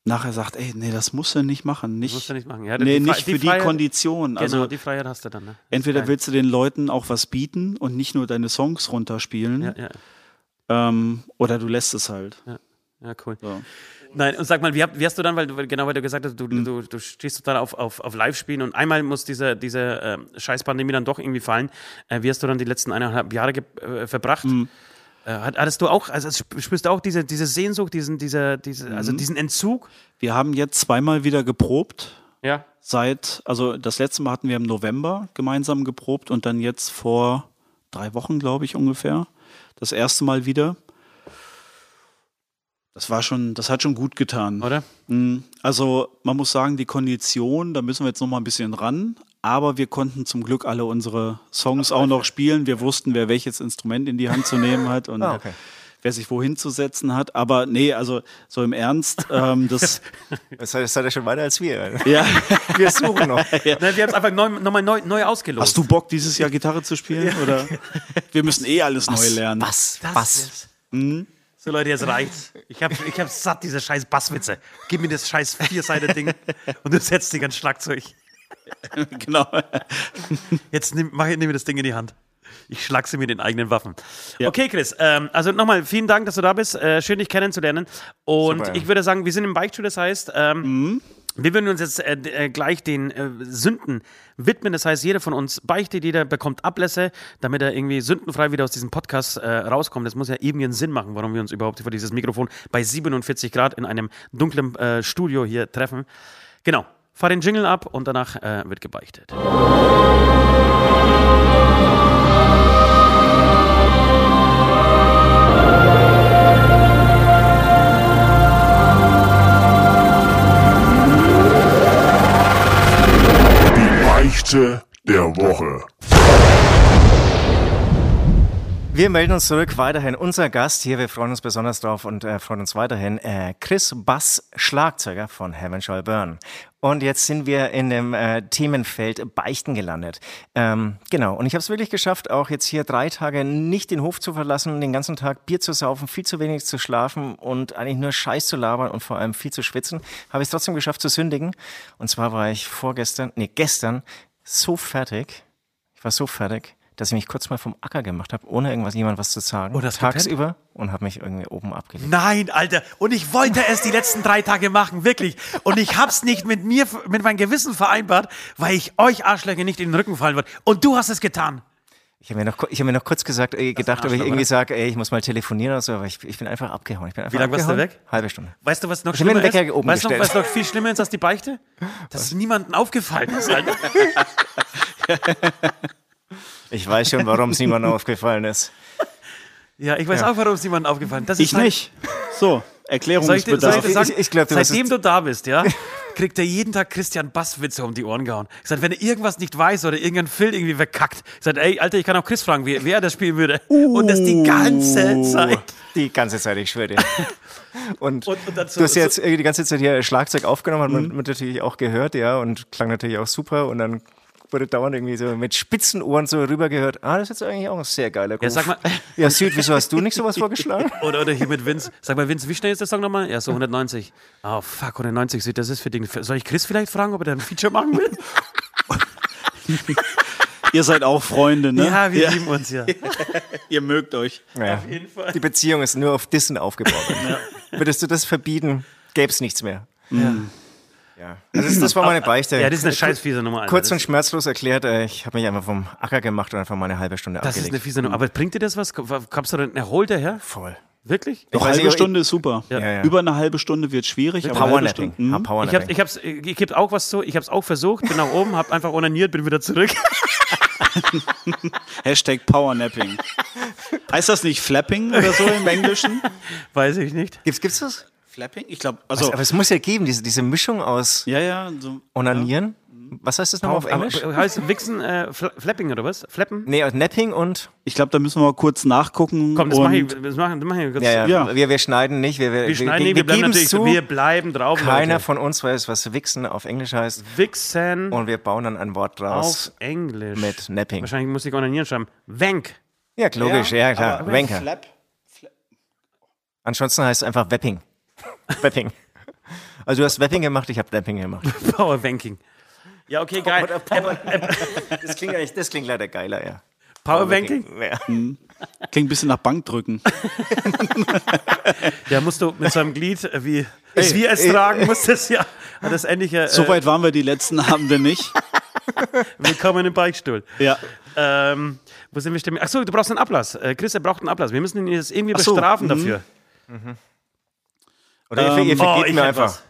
D: nachher sagt, ey, nee, das musst du nicht machen, nicht,
C: musst du nicht machen. Ja,
D: nee,
C: die Fre-
D: nicht für
C: die
D: die
C: Freiheit-
D: Kondition,
C: genau,
D: also
C: die Freiheit hast du dann. Ne?
D: entweder
C: Nein.
D: willst du den Leuten auch was bieten und nicht nur deine Songs runterspielen,
C: Ja, ja,
D: ähm, oder du lässt es halt.
C: ja, cool.
D: So.
C: Nein, und sag mal, wie, hab, wie hast du dann, weil du weil- genau, weil du gesagt hast,
D: Mhm.
C: du, du, du stehst total auf, auf, auf Live-Spielen und einmal muss diese, diese ähm, Scheiß-Pandemie dann doch irgendwie fallen. Äh, wie hast du dann die letzten eineinhalb Jahre ge- äh, verbracht?
D: Mhm.
C: Äh, hat- hattest du auch, also sp- spürst du auch diese, diese Sehnsucht, diesen, diese, diese, also
D: Mhm.
C: diesen Entzug?
D: Wir haben jetzt zweimal wieder geprobt.
C: Ja.
D: Seit, also das letzte Mal hatten wir im November gemeinsam geprobt und dann jetzt vor drei Wochen, glaube ich, ungefähr. Das erste Mal wieder. Das war schon, das hat schon gut getan.
C: Oder?
D: Mm, Also man muss sagen, die Kondition, da müssen wir jetzt noch mal ein bisschen ran. Aber wir konnten zum Glück alle unsere Songs auch noch spielen. Wir wussten, wer welches Instrument in die Hand zu nehmen hat und
B: Ah, okay.
D: wer sich wohin zu setzen hat. Aber nee, also so im Ernst, ähm, das
B: Das seid, das seid ihr schon weiter als wir.
D: ja.
B: Wir suchen noch.
C: Ne, wir haben es einfach neu, nochmal neu, neu ausgelost.
D: Hast du Bock, dieses Jahr Gitarre zu spielen? Oder wir müssen eh alles neu lernen.
B: Was?
C: Das
B: Was?
C: jetzt. So Leute, jetzt reicht's. Ich hab, ich hab satt diese scheiß Basswitze. Gib mir das scheiß Vierseite-Ding und du setzt dich ans Schlagzeug.
D: Genau.
C: Jetzt nimm, mach, nimm mir das Ding in die Hand. Ich schlag sie mit den eigenen Waffen.
D: Ja.
C: Okay, Chris, ähm, also nochmal vielen Dank, dass du da bist. Äh, schön, dich kennenzulernen. Und
B: Super.
C: ich würde sagen, wir sind im Bike-Tour, das heißt, ähm, wir würden uns jetzt äh, d- äh, gleich den äh, Sünden widmen. Das heißt, jeder von uns beichtet, jeder bekommt Ablässe, damit er irgendwie sündenfrei wieder aus diesem Podcast äh, rauskommt. Das muss ja irgendwie einen Sinn machen, warum wir uns überhaupt vor dieses Mikrofon bei 47 Grad in einem dunklen äh, Studio hier treffen. Genau. Fahr den Jingle ab und danach äh, wird gebeichtet.
A: Die Beichte der Woche.
B: Wir melden uns zurück. Weiterhin unser Gast hier. Wir freuen uns besonders drauf und äh, freuen uns weiterhin. Äh, Chris Bass, Schlagzeuger von Heaven Shall Burn. Und jetzt sind wir in dem äh, Themenfeld Beichten gelandet. Ähm, genau. Und ich habe es wirklich geschafft, auch jetzt hier drei Tage nicht den Hof zu verlassen, den ganzen Tag Bier zu saufen, viel zu wenig zu schlafen und eigentlich nur Scheiß zu labern und vor allem viel zu schwitzen. Habe ich es trotzdem geschafft zu sündigen. Und zwar war ich vorgestern, nee, gestern so fertig, ich war so fertig, dass ich mich kurz mal vom Acker gemacht habe, ohne irgendwas jemand was zu sagen.
C: Oh, das
B: tagsüber und habe mich irgendwie oben abgelegt.
C: Nein, Alter. Und ich wollte es die letzten drei Tage machen, wirklich. Und ich hab's nicht mit mir, mit meinem Gewissen vereinbart, weil ich euch Arschlöcher nicht in den Rücken fallen würde. Und du hast es getan.
B: Ich habe mir, noch ku- ich hab mir noch kurz gesagt, äh, gedacht, ob ich
C: Arschloch,
B: irgendwie
C: oder?
B: sage, ey, ich muss mal telefonieren oder so, aber ich, ich bin einfach abgehauen. Ich bin einfach
C: Wie lange warst du
B: abgehauen.
C: weg?
B: Halbe Stunde.
C: Weißt du, was noch
B: Ich hab mir
C: schlimmer
B: den
C: ist?
B: Wecker oben
C: Weißt du, noch,
B: gestellt.
C: was noch viel schlimmer ist als die Beichte? Dass es niemandem aufgefallen ist, Alter.
B: Ich weiß schon, warum es niemandem aufgefallen ist.
C: Ja, ich weiß auch, warum es niemandem aufgefallen ist. Das ist
D: Ich
C: halt-
D: nicht. So,
C: Soll ich, dir, soll ich
D: Erklärungsbedarf.
C: dir sagen,
B: Ich- ich glaub, du hast
C: seitdem du da bist, ja, kriegt er jeden Tag Christian Basswitze um die Ohren gehauen. Ich sag, wenn er irgendwas nicht weiß oder irgendein Phil irgendwie verkackt, ich sag, ey, Alter, ich kann auch Chris fragen, wie, wer das spielen würde. Und das die ganze Zeit.
B: Die ganze Zeit, ich schwöre dir. Und,
C: Und- und dann so-
B: du hast ja jetzt
C: so-
B: irgendwie die ganze Zeit hier Schlagzeug aufgenommen, hat man, man natürlich auch gehört, ja, und klang natürlich auch super. Und dann wurde dauernd irgendwie so mit spitzen Ohren so rübergehört. Ah, das ist jetzt eigentlich auch ein sehr geiler Groove.
C: Ja, sag mal-
B: Ja, Süd, wieso hast du nicht sowas vorgeschlagen?
C: Oder, oder hier mit Vince. Sag mal, Vince, wie schnell ist der Song nochmal? Ja, so 190. Oh, fuck, 190 sieht, das ist für den. Soll ich Chris vielleicht fragen, ob er da ein Feature machen will?
D: Ihr seid auch Freunde, ne?
C: Ja, wir lieben uns ja.
D: Ihr mögt euch.
B: Naja,
C: jeden Fall.
B: Die Beziehung ist nur auf Dissen aufgebaut. Würdest du das verbieten, gäbe es nichts mehr. Ja. Also das, das war meine Beichte.
C: Ja, das ist eine scheiß fiese Nummer, Alter.
B: Mm. Kurz
C: das,
B: und schmerzlos erklärt, äh, ich habe mich einfach vom Acker gemacht und einfach meine halbe Stunde
C: das ist
B: abgelegt.
C: eine fiese Nummer. Aber bringt dir das was? Kommst du denn erholt daher?
B: Voll.
C: Wirklich?
D: Doch,
B: weiß
D: halbe
B: nicht, ob ich-
D: Stunde ist super.
B: Ja, ja.
D: Über eine halbe Stunde wird schwierig, aber halbe
B: Powernapping.
D: Stunde.
B: Ja,
D: Mhm.
B: Powernapping.
C: Ich hab's, ich hab's, ich geb auch was zu. Ich hab's auch versucht, bin nach oben, hab einfach onaniert, bin wieder zurück.
D: Hashtag Powernapping. heißt das nicht Flapping oder so im Englischen?
C: Weiß ich nicht.
B: Gibt's, gibt's das?
D: Flapping? Ich glaube, also.
B: Aber es muss ja geben, diese, diese Mischung aus
D: Ja, ja, so,
B: Onanieren Was heißt das nochmal auf Englisch?
C: Aber, heißt Wichsen äh, Fla- Flapping oder was? Flappen?
B: Nee, Napping und.
D: Ich glaube, da müssen wir mal kurz nachgucken.
C: Komm, das
D: und
C: mache ich. Das machen, das machen wir kurz.
B: Ja, ja,
D: Ja.
B: Wir, wir schneiden nicht. Wir, wir,
C: Wir schneiden
B: wir,
C: nicht, wir bleiben
B: geben's
C: natürlich,
B: zu.
C: wir bleiben drauf.
B: Keiner
C: Leute.
B: von uns weiß, was Wichsen auf Englisch heißt.
C: Wichsen
B: Und wir bauen dann ein Wort draus
C: auf Englisch.
B: mit Napping.
C: Wahrscheinlich muss ich onanieren schreiben. Wenk.
B: Ja, logisch, ja, klar.
D: aber-
B: Wenker.
D: Flap.
B: Ansonsten heißt es einfach Wepping. Wepping. Also du hast Wepping gemacht, ich habe Damping gemacht.
C: Power Wanking. Ja, okay, geil.
B: Das klingt, eigentlich- das klingt leider geiler, ja.
C: Power Wanking.
B: Ja.
D: Klingt ein bisschen nach Bankdrücken.
C: Da musst du mit so einem Glied, äh, wie, das wir es tragen, muss das ja. Hat das ähnliche. Äh,
D: Soweit waren wir die letzten Abende nicht.
C: Willkommen im Beichtstuhl.
D: Ja.
C: Ähm, wo sind wir stehen? Achso, du brauchst einen Ablass. Äh, Chris, er braucht einen Ablass. Wir müssen ihn jetzt irgendwie
D: so,
C: bestrafen
D: mhm.
C: dafür.
B: Oder ihr, ihr
C: Ähm, oh,
B: vergebt
C: ich
B: mir
C: hab
B: einfach.
C: was.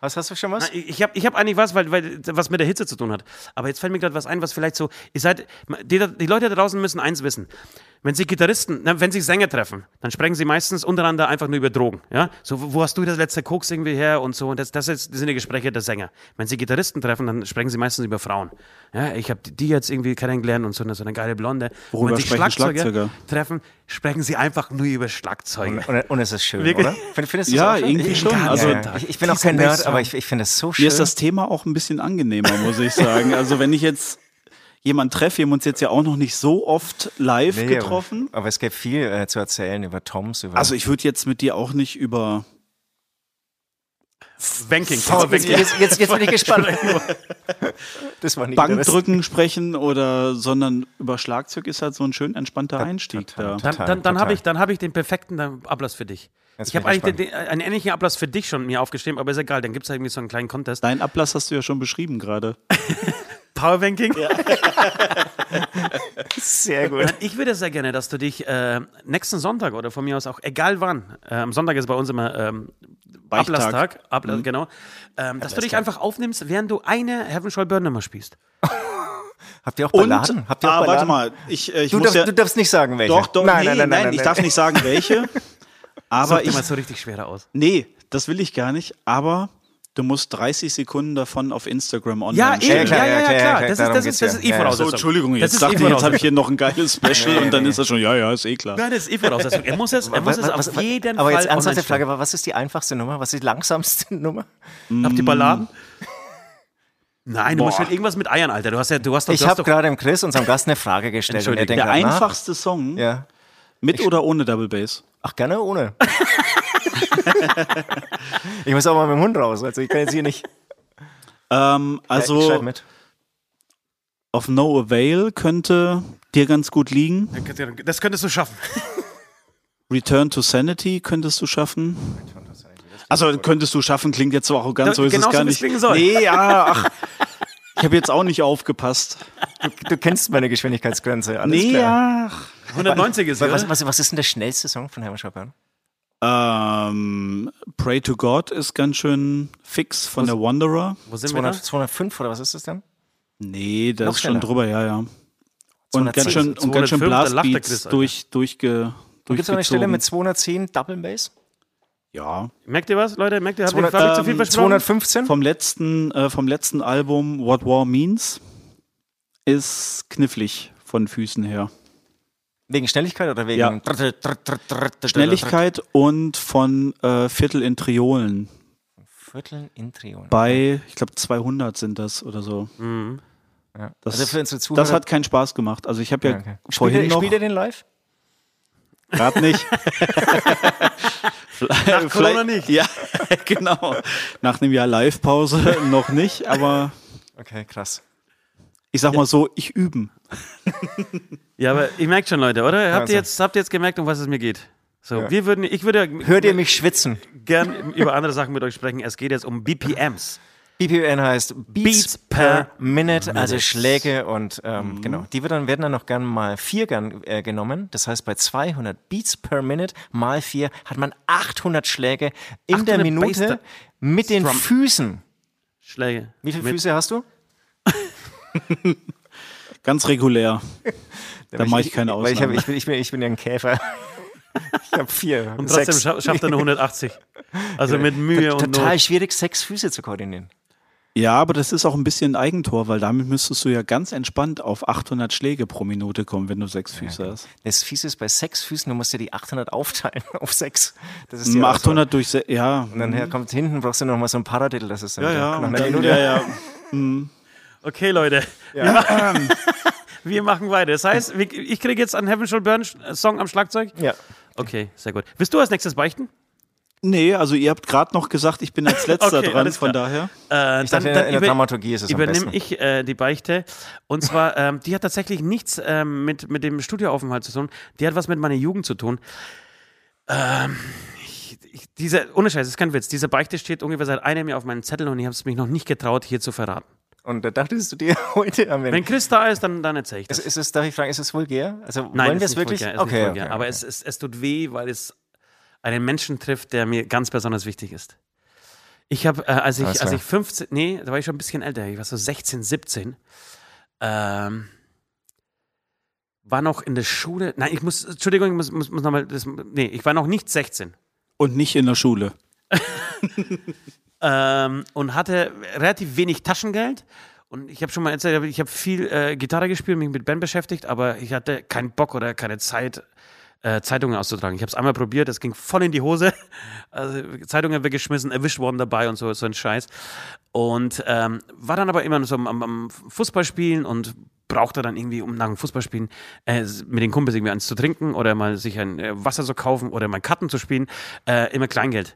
B: Was hast du schon was?
C: Ich habe ich hab eigentlich was, weil, weil was mit der Hitze zu tun hat. Aber jetzt fällt mir gerade was ein, was vielleicht so. Ihr seid, die, die Leute da draußen müssen eins wissen. Wenn sie Gitarristen, na, wenn sie Sänger treffen, dann sprechen sie meistens untereinander einfach nur über Drogen. Ja? So, wo- wo hast du das letzte Koks irgendwie her und so. Und das, das, ist, das sind die Gespräche der Sänger. Wenn sie Gitarristen treffen, dann sprechen sie meistens über Frauen. Ja, ich habe die jetzt irgendwie kennengelernt und so, eine- so eine geile Blonde. und
D: Worüber
C: wenn sie
D: sprechen
C: Schlagzeuger,
D: Schlagzeuger? Oh,
C: treffen, sprechen sie einfach nur über Schlagzeuge.
B: Und, und es ist schön,
C: Wirklich?
B: oder? Find- Findest du
D: Ja,
B: auch schön?
D: irgendwie schon.
B: Ja,
D: Also,
B: ja. Ich, ich bin auch kein
D: dieser
B: Nerd,
D: Bass-
B: aber ich, ich finde es so schön.
D: Mir ist das Thema auch ein bisschen angenehmer, muss ich sagen. Also wenn ich jetzt jemanden treffe, wir haben uns jetzt ja auch noch nicht so oft live
B: Nee, aber-
D: getroffen.
B: Aber es gibt viel äh, zu erzählen über Toms, über
D: Also ich würde jetzt mit dir auch nicht über
C: Wanking.
B: Jetzt, jetzt, jetzt, jetzt, jetzt bin ich gespannt. Das war nicht
D: Bankdrücken sprechen oder, sondern über Schlagzeug ist halt so ein schön entspannter Einstieg da.
B: total.
C: Dann, dann, dann
B: total.
C: habe ich, dann hab ich den perfekten äh, Ablass für dich.
B: Jetzt
C: ich
B: bin
C: habe
B: ich
C: eigentlich den, den, einen ähnlichen Ablass für dich schon mir aufgeschrieben, aber ist egal, dann gibt es irgendwie so einen kleinen Contest.
D: Dein Ablass hast du ja schon beschrieben gerade.
C: Powerbanking?
B: Sehr gut.
C: Ich würde sehr gerne, dass du dich äh, nächsten Sonntag oder von mir aus auch, egal wann, äh, am Sonntag ist bei uns immer ähm,
D: Beichtag.
C: Ablasstag, Abla
B: Mhm.
C: genau, ähm, dass du dich einfach aufnimmst, während du eine Heavenshall Burn Nummer spielst.
B: Habt ihr auch Balladen? Habt ihr auch
D: ah, warte
B: Balladen?
D: mal, ich, äh, ich
B: Du
D: muss
B: darfst,
D: ja,
B: du darfst nicht sagen, welche.
D: doch, doch,
B: nein,
D: nee,
B: nein, nein, nein,
D: ich darf nicht sagen welche. Aber
C: Sag dir
D: ich,
C: mal so richtig schwerer aus.
D: nee, das will ich gar nicht. Aber du musst 30 Sekunden davon auf Instagram online
C: Ja,
D: stellen.
C: eben, ja,
B: klar,
C: ja,
B: ja,
C: ja,
B: klar,
C: klar.
B: klar,
C: Das ist,
B: darum
C: das
B: geht's
C: ist, das
B: ja.
C: ist eh
B: Ja, ja.
D: So,
C: Voraussetzung.
D: Entschuldigung,
C: das
D: jetzt
C: ist
D: dachte
C: eh
D: ich, jetzt habe ich
C: Voraussetzung.
D: hier noch ein geiles Special und dann ist das schon, ja, ja, ist eh klar.
C: Nein, das ist eh Voraussetzung. Er muss es, er muss es auf jeden
B: aber
C: Fall
B: jetzt
C: online
B: ernsthafte
C: stellen.
B: Frage, was ist die einfachste Nummer? Was ist die langsamste Nummer?
C: Habt ihr Balladen?
B: Hm.
C: Nein, du musst
D: Boah.
C: halt irgendwas mit Eiern, Alter. Du hast ja, du hast doch,
B: Ich
C: du hast
B: habe
C: doch
B: gerade dem Chris, unserem Gast, eine Frage gestellt. Und er denkt
D: Der
B: grad nach.
D: einfachste Song,
B: Ja.
D: mit oder ohne Double Bass?
B: Ach, gerne ohne. ich muss auch mal mit dem Hund raus. Also ich kann jetzt hier nicht.
D: Ähm,
B: Ja, ich
D: also
B: schreib mit.
D: auf No Avail könnte dir ganz gut liegen.
C: Das könntest du schaffen.
D: Return to Sanity könntest du schaffen. Also könntest du schaffen, klingt jetzt so auch ganz so ist
C: Genauso,
D: es gar
C: wie es
D: nicht.
C: klingen soll.
D: Nee, ja, ach. Ich habe jetzt auch nicht aufgepasst.
B: Du kennst meine Geschwindigkeitsgrenze. Alles
D: Nee,
B: klar.
D: ja.
C: 190 ist
B: Was,
C: es.
B: was, was ist denn der schnellste Song von Hermann Schoppern?
D: Ähm, Pray to God ist ganz schön fix von der Wanderer.
C: Wo sind wir da?
B: 200, 205 oder was ist das denn?
D: Nee, da
B: Noch
D: ist schon
B: schneller.
D: drüber, ja, ja. Und
B: 210.
D: ganz schön, und ganz schön
C: 205, da lacht der Chris,
D: Blastbeats
C: Alter.
D: durch, durchge,
B: Gibt es noch eine Stelle
D: durchgezogen.
B: mit 210 Double Bass?
D: Ja.
C: Merkt ihr was, Leute? Merkt ihr, habt ihr
B: 200,
C: hab ich zu
D: ähm,
C: viel versprochen?
B: 215?
D: Vom letzten, äh, vom letzten Album What War Means ist knifflig von Füßen her.
B: Wegen Schnelligkeit oder wegen
D: Ja.
B: Dritte, dritte, dritte, dritte,
D: Schnelligkeit und von äh, Viertel in Triolen.
B: Vierteln in Triolen.
D: Bei, ich glaube, 200 sind das oder so.
C: Mhm.
B: Ja.
D: Das,
B: also für unsere Zuhörer.
D: das hat keinen Spaß gemacht. Also ich habe ja,
B: Ja, okay. Spielt
D: vorhin
B: er-
D: noch
B: Spielt er den live?
D: Gerade nicht. Nach
C: Corona nicht.
D: Ja, genau. Nach einem Jahr Live-Pause noch nicht, aber
B: Okay, krass.
D: ich sag mal so, ich üben.
C: Ja, aber ihr merkt schon, Leute, oder? Habt,
B: Also.
C: ihr, jetzt, habt ihr jetzt gemerkt, um was es mir geht? So, wir würden, ich würde
B: Hört ihr mich schwitzen?
C: gern über andere Sachen mit euch sprechen. Es geht jetzt um BPMs.
B: BPN heißt Beats,
C: Beats
B: per
C: per
B: Minute, also
C: Minute. Mhm.
B: Schläge und ähm, genau. Die wird dann, werden dann noch gern mal 4 gern, äh, genommen. Das heißt, bei 200 Beats per Minute mal 4 hat man 800 Schläge in der
C: 800
B: Minute
C: Bass-
B: mit den
C: Strum.
B: Füßen.
C: Schläge.
B: Wie viele
C: Mit-
B: Füße hast du?
D: Ganz regulär. Da mache ich keine
B: Weil ich, hab,
D: Ausnahme.
B: ich, bin, ich, bin, ich bin ja ein Käfer. Ich habe vier.
C: Und trotzdem scha- schafft er nur 180. Also mit Mühe und
B: Total
C: Not.
B: schwierig, sechs Füße zu koordinieren.
D: Ja, aber das ist auch ein bisschen ein Eigentor, weil damit müsstest du ja ganz entspannt auf 800 Schläge pro Minute kommen, wenn du sechs Füße hast.
B: Das Fiese ist bei sechs Füßen, du musst dir die 800 aufteilen auf sechs. Das ist die
D: Ja,
B: Auswahl.
D: 800 durch se- ja.
B: Und dann her kommt hinten, brauchst du noch mal so ein Paradiddle, das ist dann
D: Ja,
B: wieder
D: ja,
B: nach
D: und
B: einer
D: dann,
B: Minute.
D: ja, ja.
C: Okay, Leute. Wir, machen, wir machen weiter. Das heißt, wir- ich kriege jetzt einen Heaven Shall Burn äh, Song am Schlagzeug.
B: Ja.
C: Okay, sehr gut. Willst du als nächstes beichten?
D: Nee, also ihr habt gerade noch gesagt, ich bin als letzter
C: Okay,
D: dran,
C: alles
D: von
C: klar.
D: daher.
C: Äh,
B: Ich dachte, in der Dramaturgie ist es am
C: Übernehme
B: besten.
C: ich äh, die Beichte. Und zwar, ähm, die hat tatsächlich nichts ähm, mit, mit dem Studioaufenthalt zu tun. Die hat was mit meiner Jugend zu tun. Ähm, ich, ich, diese, ohne Scheiß, das ist kein Witz. Diese Beichte steht ungefähr seit einem Jahr auf meinem Zettel und ich habe es mich noch nicht getraut, hier zu verraten.
B: Und da dachtest du dir heute am Ende.
C: Wenn Chris da ist, dann, dann erzähle ich das.
B: Ist, ist es, darf ich fragen, ist es vulgär? Also
C: Nein,
B: wollen wir es
C: ist nicht
B: wirklich?
C: Vulgär, ist
B: okay,
C: nicht vulgär,
B: okay.
C: aber Es, es, es tut weh, weil es einen Menschen trifft, der mir ganz besonders wichtig ist. Ich habe, äh, als, ich,
B: Alles
C: als
B: klar.
C: ich 15, nee, da war ich schon ein bisschen älter, ich war so 16, 17, ähm, war noch in der Schule, nein, ich muss, Entschuldigung, ich muss, muss, muss nochmal, nee, ich war noch nicht 16.
D: Und nicht in der Schule.
C: ähm, und hatte relativ wenig Taschengeld. Und ich habe schon mal erzählt, ich habe viel äh, Gitarre gespielt, mich mit Band beschäftigt, aber ich hatte keinen Bock oder keine Zeit, äh, Zeitungen auszutragen. Ich habe es einmal probiert, es ging voll in die Hose. Also, Zeitungen weggeschmissen, erwischt worden dabei und so, so ein Scheiß. Und ähm, war dann aber immer so am, am- am Fußballspielen und brauchte dann irgendwie, um nach dem Fußballspielen äh, mit den Kumpels irgendwie eins zu trinken oder mal sich ein äh, Wasser zu kaufen oder mal Karten zu spielen, äh, immer Kleingeld.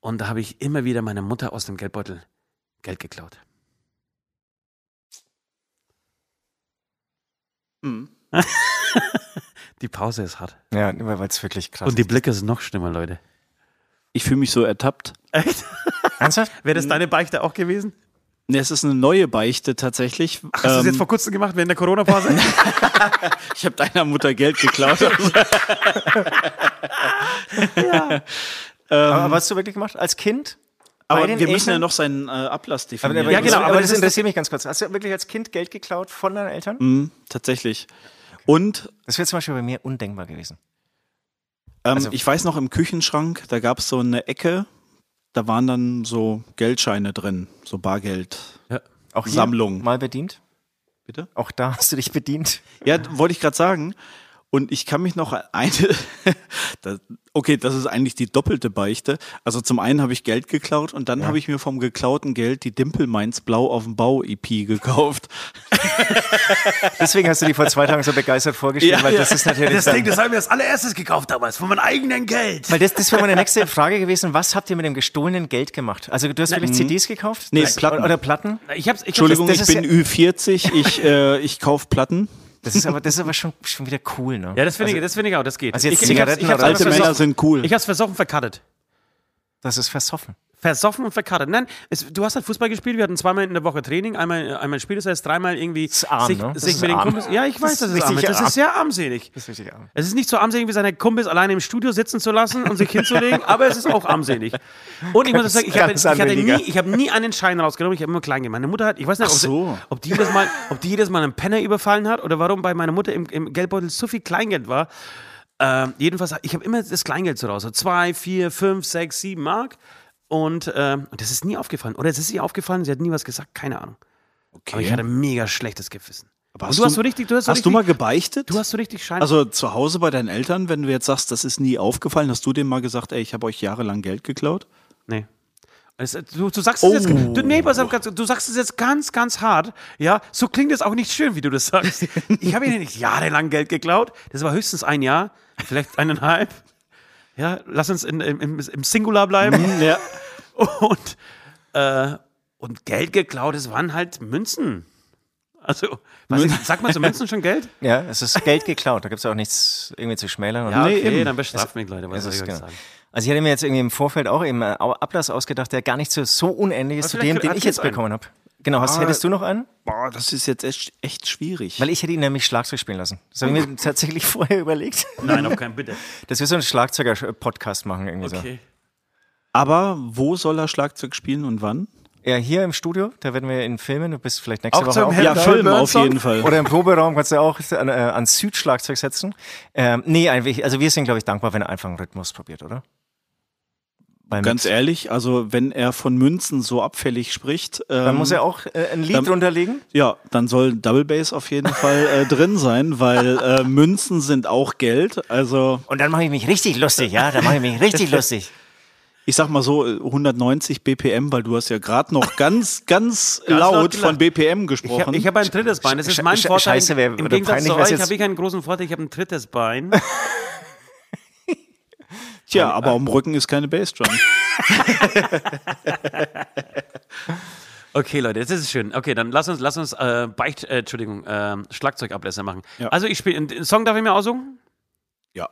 C: Und da habe ich immer wieder meiner Mutter aus dem Geldbeutel Geld geklaut. Mhm. Die Pause ist hart.
B: Ja, weil es wirklich krass
C: Und die Blicke sind noch schlimmer, Leute.
D: Ich fühle mich so ertappt.
C: Echt?
B: ist. Ernsthaft?
C: Wäre das deine Beichte auch gewesen?
D: Nee, es ist eine neue Beichte tatsächlich.
C: Hast du es
D: Ähm,
C: jetzt vor kurzem gemacht, während der Corona-Pause?
D: ich habe deiner Mutter Geld geklaut.
B: aber was hast du wirklich gemacht? Als Kind?
D: aber wir
B: den
D: müssen ja
B: Eltern?
D: noch seinen äh, Ablass definieren.
C: Ja, genau,
B: Aber,
C: aber
B: das
C: das ist-
B: interessiert mich ganz kurz. Hast du wirklich als Kind Geld geklaut von deinen Eltern?
D: Mhm. Tatsächlich. Und
B: Das wäre zum Beispiel bei mir undenkbar gewesen.
D: Ähm,
B: Also-
D: ich weiß noch im Küchenschrank, da gab es so eine Ecke, da waren dann so Geldscheine drin, so Bargeld.
B: Auch hier
D: Sammlung.
B: Mal bedient?
D: Bitte?
B: Auch da hast du dich bedient.
D: Ja, d- wollte ich gerade sagen. Und ich kann mich noch an eine. das, okay, das ist eigentlich die doppelte Beichte. Also zum einen habe ich Geld geklaut und dann habe ich mir vom geklauten Geld die Dimpel Mainz Blau auf dem Bau EP gekauft.
B: Deswegen hast du die vor zwei Tagen so begeistert vorgestellt,
D: Ja,
B: weil
D: ja.
B: das ist natürlich. dann-
C: das haben wir als allererstes gekauft damals, von meinem eigenen Geld.
B: weil das, das wäre meine nächste Frage gewesen. Was habt ihr mit dem gestohlenen Geld gemacht? Also du hast wirklich CDs gekauft?
D: Nee,
B: Das-
D: Platten.
B: Oder Platten?
C: Ich hab's, ich
D: Entschuldigung,
B: das ist
D: ich bin Ü40, ich, äh, ich kaufe Platten.
B: Das ist aber, das ist aber schon, schon wieder cool, ne?
C: ja, das finde ich, das finde ich auch, das geht.
B: Also jetzt
C: ich, ich hab's-
B: Zigaretten
C: ich hab's
B: oder-
C: alles
D: Alte Männer
C: versoffen.
D: sind cool.
C: Ich hab's versoffen verkartet.
B: Das ist versoffen.
C: Versoffen und verkartet. Nein, es, du hast halt Fußball gespielt, wir hatten zweimal in der Woche Training, einmal, einmal Spiel, das heißt dreimal irgendwie
B: ist arm,
C: sich,
B: ne? Das
C: sich
B: ist
C: mit den
B: arm.
C: Kumpels. Ja, ich
B: Das
C: weiß, das
B: ist
C: ist, arm.
B: richtig
C: Das
B: arm.
C: ist sehr armselig.
B: Das ist richtig arm.
C: Es ist nicht so armselig, wie seine Kumpels alleine im Studio sitzen zu lassen und sich hinzulegen, aber es ist auch armselig. Und ich muss
B: Ganz-
C: sagen, ich habe
B: ganz
C: ich hatte
B: armseliger.
C: nie, ich hab nie einen Schein rausgenommen, ich habe immer klein gemacht. Meine Mutter hat, ich weiß nicht, ob, sie-
D: so.
C: ob, die jedes Mal, ob die jedes Mal einen Penner überfallen hat oder warum bei meiner Mutter im, im Geldbeutel so viel Kleingeld war. Ähm, jedenfalls, ich habe immer das Kleingeld so raus, so zwei, vier, fünf, sechs, sieben Mark. Und ähm, und das ist nie aufgefallen. Oder es ist ihr aufgefallen, sie hat nie was gesagt, keine Ahnung. Aber ich hatte mega schlechtes Gewissen.
D: Aber
C: Und du hast so richtig- du hast so
D: du
C: richtig-
D: mal gebeichtet?
C: Du hast so richtig Schein.
D: Also zu Hause bei deinen Eltern, wenn du jetzt sagst, das ist nie aufgefallen, hast du dem mal gesagt, ey, ich habe euch jahrelang Geld geklaut?
C: Nee. Es, du, du sagst es jetzt,
B: Oh.
C: du, nee, pass auf, ganz, du sagst es jetzt ganz, ganz hart. Ja, so klingt es auch nicht schön, wie du das sagst. Ich habe ihnen nicht jahrelang Geld geklaut. Das war höchstens ein Jahr, vielleicht eineinhalb. Ja, lass uns in, im- im, im Singular bleiben.
B: Mhm,
D: Ja.
C: Und, äh, und Geld geklaut, das waren halt Münzen. Also, weiß ich, sagt man zu Münzen schon Geld?
B: Ja, es ist Geld geklaut. Da gibt es auch nichts irgendwie zu schmälern. Und
C: Ja,
D: Nee,
C: okay,
D: eben.
C: dann bestraft mich, Leute.
B: Es
C: Was soll ich
B: ist
C: euch
B: genau.
C: sagen?
B: Also ich hätte mir jetzt irgendwie im Vorfeld auch eben äh, Au- Ablass ausgedacht, der gar nicht so, so unähnlich ist zu
C: Aber
B: dem,
C: vielleicht
B: den
C: hat
B: ich
C: jetzt
B: jetzt
C: einen.
B: bekommen habe. Genau, hast, hättest du noch einen?
D: Boah, das ist jetzt echt, echt schwierig.
B: Weil ich hätte ihn nämlich Schlagzeug spielen lassen. Das habe ich mir tatsächlich vorher überlegt.
C: Nein, auf keinen, bitte.
B: Dass wir so einen Schlagzeuger-Podcast machen irgendwie
C: Okay.
D: Aber wo soll er Schlagzeug spielen und wann?
B: so. Ja, hier im Studio, da werden wir in Filmen, du bist vielleicht nächste
C: Auch
B: Woche
C: zum
B: auch
C: Herrn- Ja,
D: Film
C: Bird
D: auf
C: Song.
D: jeden Fall.
B: Oder im Proberaum kannst du auch an, äh, an Südschlagzeug setzen. Ähm, nee, eigentlich, also wir sind, glaube ich, dankbar, wenn er einfach einen Rhythmus probiert, oder? beim
D: Ganz
B: Mix.
D: ehrlich, also wenn er von Münzen so abfällig spricht,
B: Dann
D: ähm,
B: muss er auch äh, ein Lied
D: dann-
B: drunterlegen.
D: ja, dann soll Double Bass auf jeden Fall äh, drin sein, weil äh, Münzen sind auch Geld. Also
B: Und dann mache ich mich richtig lustig, ja? Dann mache ich mich richtig lustig.
D: ich sag mal so äh, 190 BPM, weil du hast ja gerade noch ganz, ganz
C: laut
D: laut von
C: gelacht.
D: BPM
C: Ich
D: gesprochen.
C: habe hab ein drittes Bein. Das ist
B: Sche-
C: mein
B: Sche-
C: Vorteil.
B: Scheiße, wär-
C: Im
B: oder
C: Gegensatz
B: peinlich,
C: zu
B: was
C: euch
B: jetzt-
C: habe ich einen großen Vorteil. Ich habe ein drittes Bein.
D: Tja, aber am Rücken ist keine Bassdrum.
C: Okay, Leute, das ist schön. Okay, dann lass uns, lass uns äh, Beicht, äh, Entschuldigung, ähm, Schlagzeugablässe machen.
D: Ja.
C: Also ich spiele, einen Song darf ich mir aussuchen?
D: ja.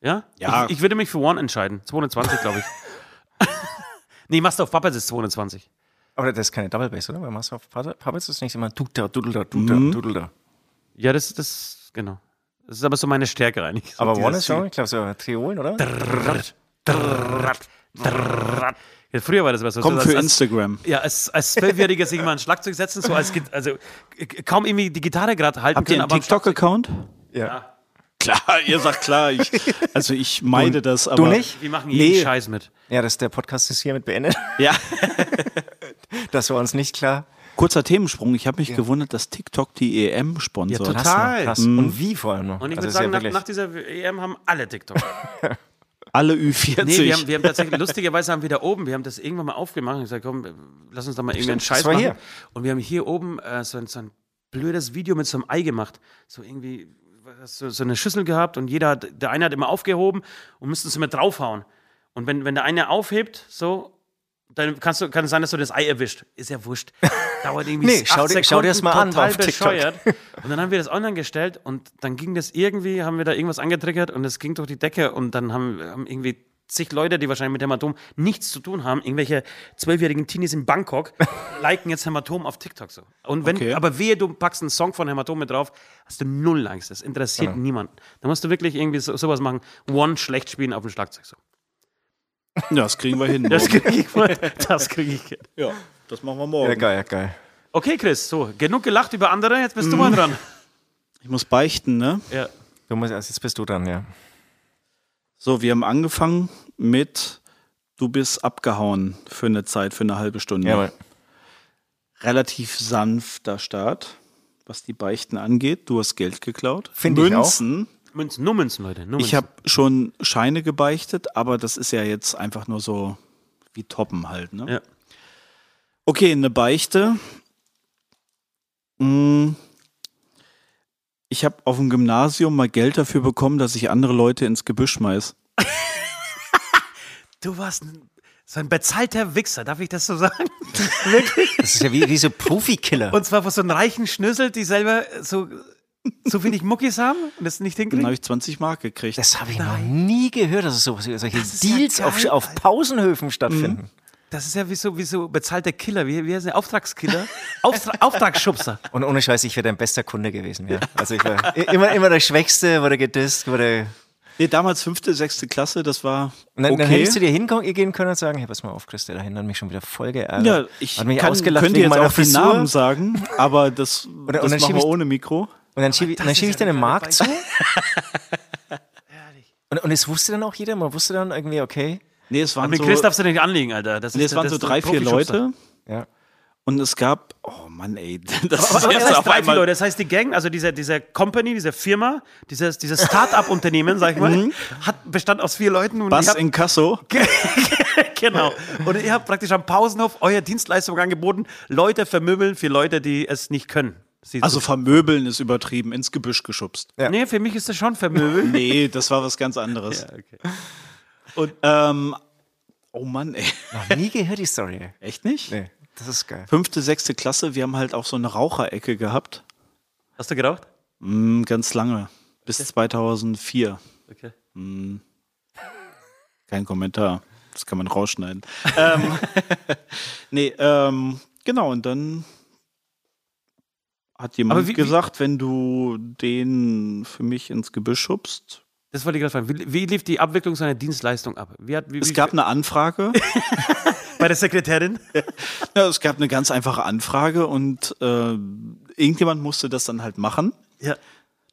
C: Ja?
D: Ja.
C: Ich, ich würde mich für One entscheiden. 22, glaube ich. nee, Master of Puppets ist 22.
B: Aber das ist keine Double Bass, oder? Bei Master of Puppets Puppets ist nicht immer Dudda, Duddelda, Dudda, mhm. Duddelda.
C: Ja, das, das, genau. Das ist aber so meine Stärke eigentlich. So
B: Aber
C: dieses
B: One ist schon, ich glaube, so Triolen, oder?
C: Drrrt, drrrt, drrrt. Ja, früher war Also das immer so.
D: Kommt
C: so, als-
D: für
C: als-
D: Instagram.
C: Ja, als, als Zwölfjähriger sich mal ein Schlagzeug setzen, so als, Git- also äh, kaum irgendwie die Gitarre gerade halten
D: Habt ihr
C: können,
D: einen
C: am Schlagzeug-
D: TikTok-Account?
B: Ja.
D: Klar, ihr sagt klar. Ich, also ich meide das, aber.
B: Du nicht?
C: Wir machen jeden
D: Nee.
C: Scheiß mit.
B: Ja, das, der Podcast ist hiermit beendet.
D: Ja.
B: Das war uns nicht klar.
D: Kurzer Themensprung. Ich habe mich gewundert, dass TikTok die E EM sponsert.
C: Ja, total.
B: Krass, krass. Und wie vor allem noch.
C: Und ich
B: Also
C: würde
B: ist ja
C: sagen, nach,
B: wirklich-
C: nach dieser EM haben alle TikTok.
D: Alle Ü40.
C: Nee, wir haben, wir haben tatsächlich, lustigerweise haben wir da oben, wir haben das irgendwann mal aufgemacht und gesagt, komm, lass uns da mal irgendeinen
B: Stimmt,
C: Scheiß
B: das war
C: machen.
B: hier.
C: Und wir haben hier oben äh, so, ein, so ein blödes Video mit so einem Ei gemacht. So irgendwie so, so eine Schüssel gehabt und jeder, hat- der eine hat immer aufgehoben und mussten es immer draufhauen. Und wenn, wenn der eine aufhebt, so, dann kannst du, kann es sein, dass du das Ei erwischt. Ist ja wurscht. Dauert irgendwie
B: Nee, schau
C: acht
B: dir- schau dir das
C: Sekunden,
B: mal an
C: total
B: auf TikTok.
C: bescheuert. Und dann haben wir das online gestellt und dann ging das irgendwie, haben wir da irgendwas angetriggert und es ging durch die Decke und dann haben, haben irgendwie zig Leute, die wahrscheinlich mit Hämatom nichts zu tun haben, irgendwelche zwölfjährigen Teenies in Bangkok, liken jetzt Hämatom auf TikTok so. Und wenn,
D: Okay.
C: aber wehe, du packst einen Song von Hämatom mit drauf, hast du null Likes, das interessiert niemanden. Da musst du wirklich irgendwie so, sowas machen, One schlecht spielen auf dem Schlagzeug so.
D: das kriegen wir hin.
C: Das kriege ich, wohl- das krieg ich. hin.
D: ja, das machen wir
B: Ja,
D: morgen.
B: Äh, geil, ja, geil.
C: Okay, Chris, so, genug gelacht über andere, jetzt bist du mal dran.
D: ich muss beichten, ne?
C: Ja.
B: Du musst, also jetzt bist du dran, ja.
D: So, wir haben angefangen mit Du bist abgehauen für eine Zeit, für eine halbe Stunde.
B: Jawohl.
D: Relativ sanfter Start, was die Beichten angeht. Du hast Geld geklaut.
B: Find ich auch.
D: Münzen.
C: Münzen, nur Münzen, Leute. Nur Münzen.
D: Ich habe schon Scheine gebeichtet, aber das ist ja jetzt einfach nur so wie Toppen halt. Ne?
C: Ja.
D: Okay, eine Beichte. Mm. Ich habe auf dem Gymnasium mal Geld dafür bekommen, dass ich andere Leute ins Gebüsch schmeiß.
C: Du warst ein, so ein bezahlter Wichser, darf ich das so sagen?
B: Das ist ja wie diese Profikiller.
C: Und zwar von so einem reichen Schnösel, die selber äh, so, so wenig Muckis haben und das nicht
D: Dann
C: hinkriegen.
D: habe ich 20 Mark gekriegt.
B: Das habe ich noch nie gehört, dass es sowas, solche
C: ist ja
B: Deals auf,
C: geil,
B: auf
C: Alter.
B: Pausenhöfen stattfinden.
C: Das ist ja wie so, wie so bezahlter Killer, wie, wie heißt der? Auftragskiller? Auftra Auftragsschubser.
B: Und ohne Scheiß, ich wäre dein bester Kunde gewesen. Ja. Also ich war i- immer, immer der Schwächste, wurde gedisst, wurde.
D: Nee, damals fünfte, sechste Klasse, das war
B: Und dann,
D: okay.
B: dann hättest du dir hingehen können und sagen, hey, pass mal auf, Chris, der da hinten hat mich schon wieder voll geärgert.
D: ja, ich
B: hat mich
D: kann,
B: ausgelacht
D: könnte
B: wegen
D: jetzt
B: meiner
D: auch
B: Frisur.
D: den Namen sagen, aber das,
B: und dann
D: das machen
B: schieb ich-
D: wir ohne Mikro.
B: Und dann schiebe ich, dann
C: ist
B: schieb ich
C: ja
B: dir den
C: eine
B: Markt zu.
C: geile
B: Und, und es wusste dann auch jeder, man wusste dann irgendwie, okay.
D: Nee, es waren
C: Mit
D: so,
C: Chris darfst du nicht anlegen, Alter. Das
D: nee,
C: ist-
D: es waren
C: das
D: so
C: ist ein
D: drei, vier
C: Profischubser.
D: Leute
B: Ja.
D: und es gab, oh Mann ey, das
C: Aber, aber
D: ist
C: das
D: jetzt
C: heißt
D: auf
C: drei, vier
D: einmal
C: Leute, das heißt die Gang, also dieser, dieser Company, dieser Firma, dieses, dieses Start-up-Unternehmen, sag ich mal,
D: Mhm.
C: hat bestand aus vier Leuten und
D: Bass
C: ihr habt-
D: in Kasso.
C: genau. Und ihr habt praktisch am Pausenhof eure Dienstleistung angeboten, Leute vermöbeln für Leute, die es nicht können. Sie
D: Also vermöbeln ist übertrieben, ins Gebüsch geschubst.
B: ja.
C: nee, für mich ist das schon vermöbeln.
D: Nee, das war was ganz anderes. Und ähm, oh Mann ey,
B: Noch nie gehört die Story.
D: echt nicht?
B: Nee, das ist geil.
D: Fünfte, sechste Klasse, wir haben halt auch so eine Raucherecke gehabt,
C: Hast du geraucht?
D: Hm, ganz lange, bis 2004.
C: Okay.
D: Kein Kommentar. Das kann man rausschneiden. ähm, nee, ähm, genau, und dann hat jemand
C: Aber wie- wie-
D: gesagt, wenn du den für mich ins Gebüsch schubst.
C: Das wollte ich gerade fragen. Wie, wie lief die Abwicklung seiner Dienstleistung ab? Wie hat, wie,
D: Es
C: wie,
D: gab eine Anfrage.
C: bei der Sekretärin?
D: ja, es gab eine ganz einfache Anfrage und äh, irgendjemand musste das dann halt machen.
C: ja.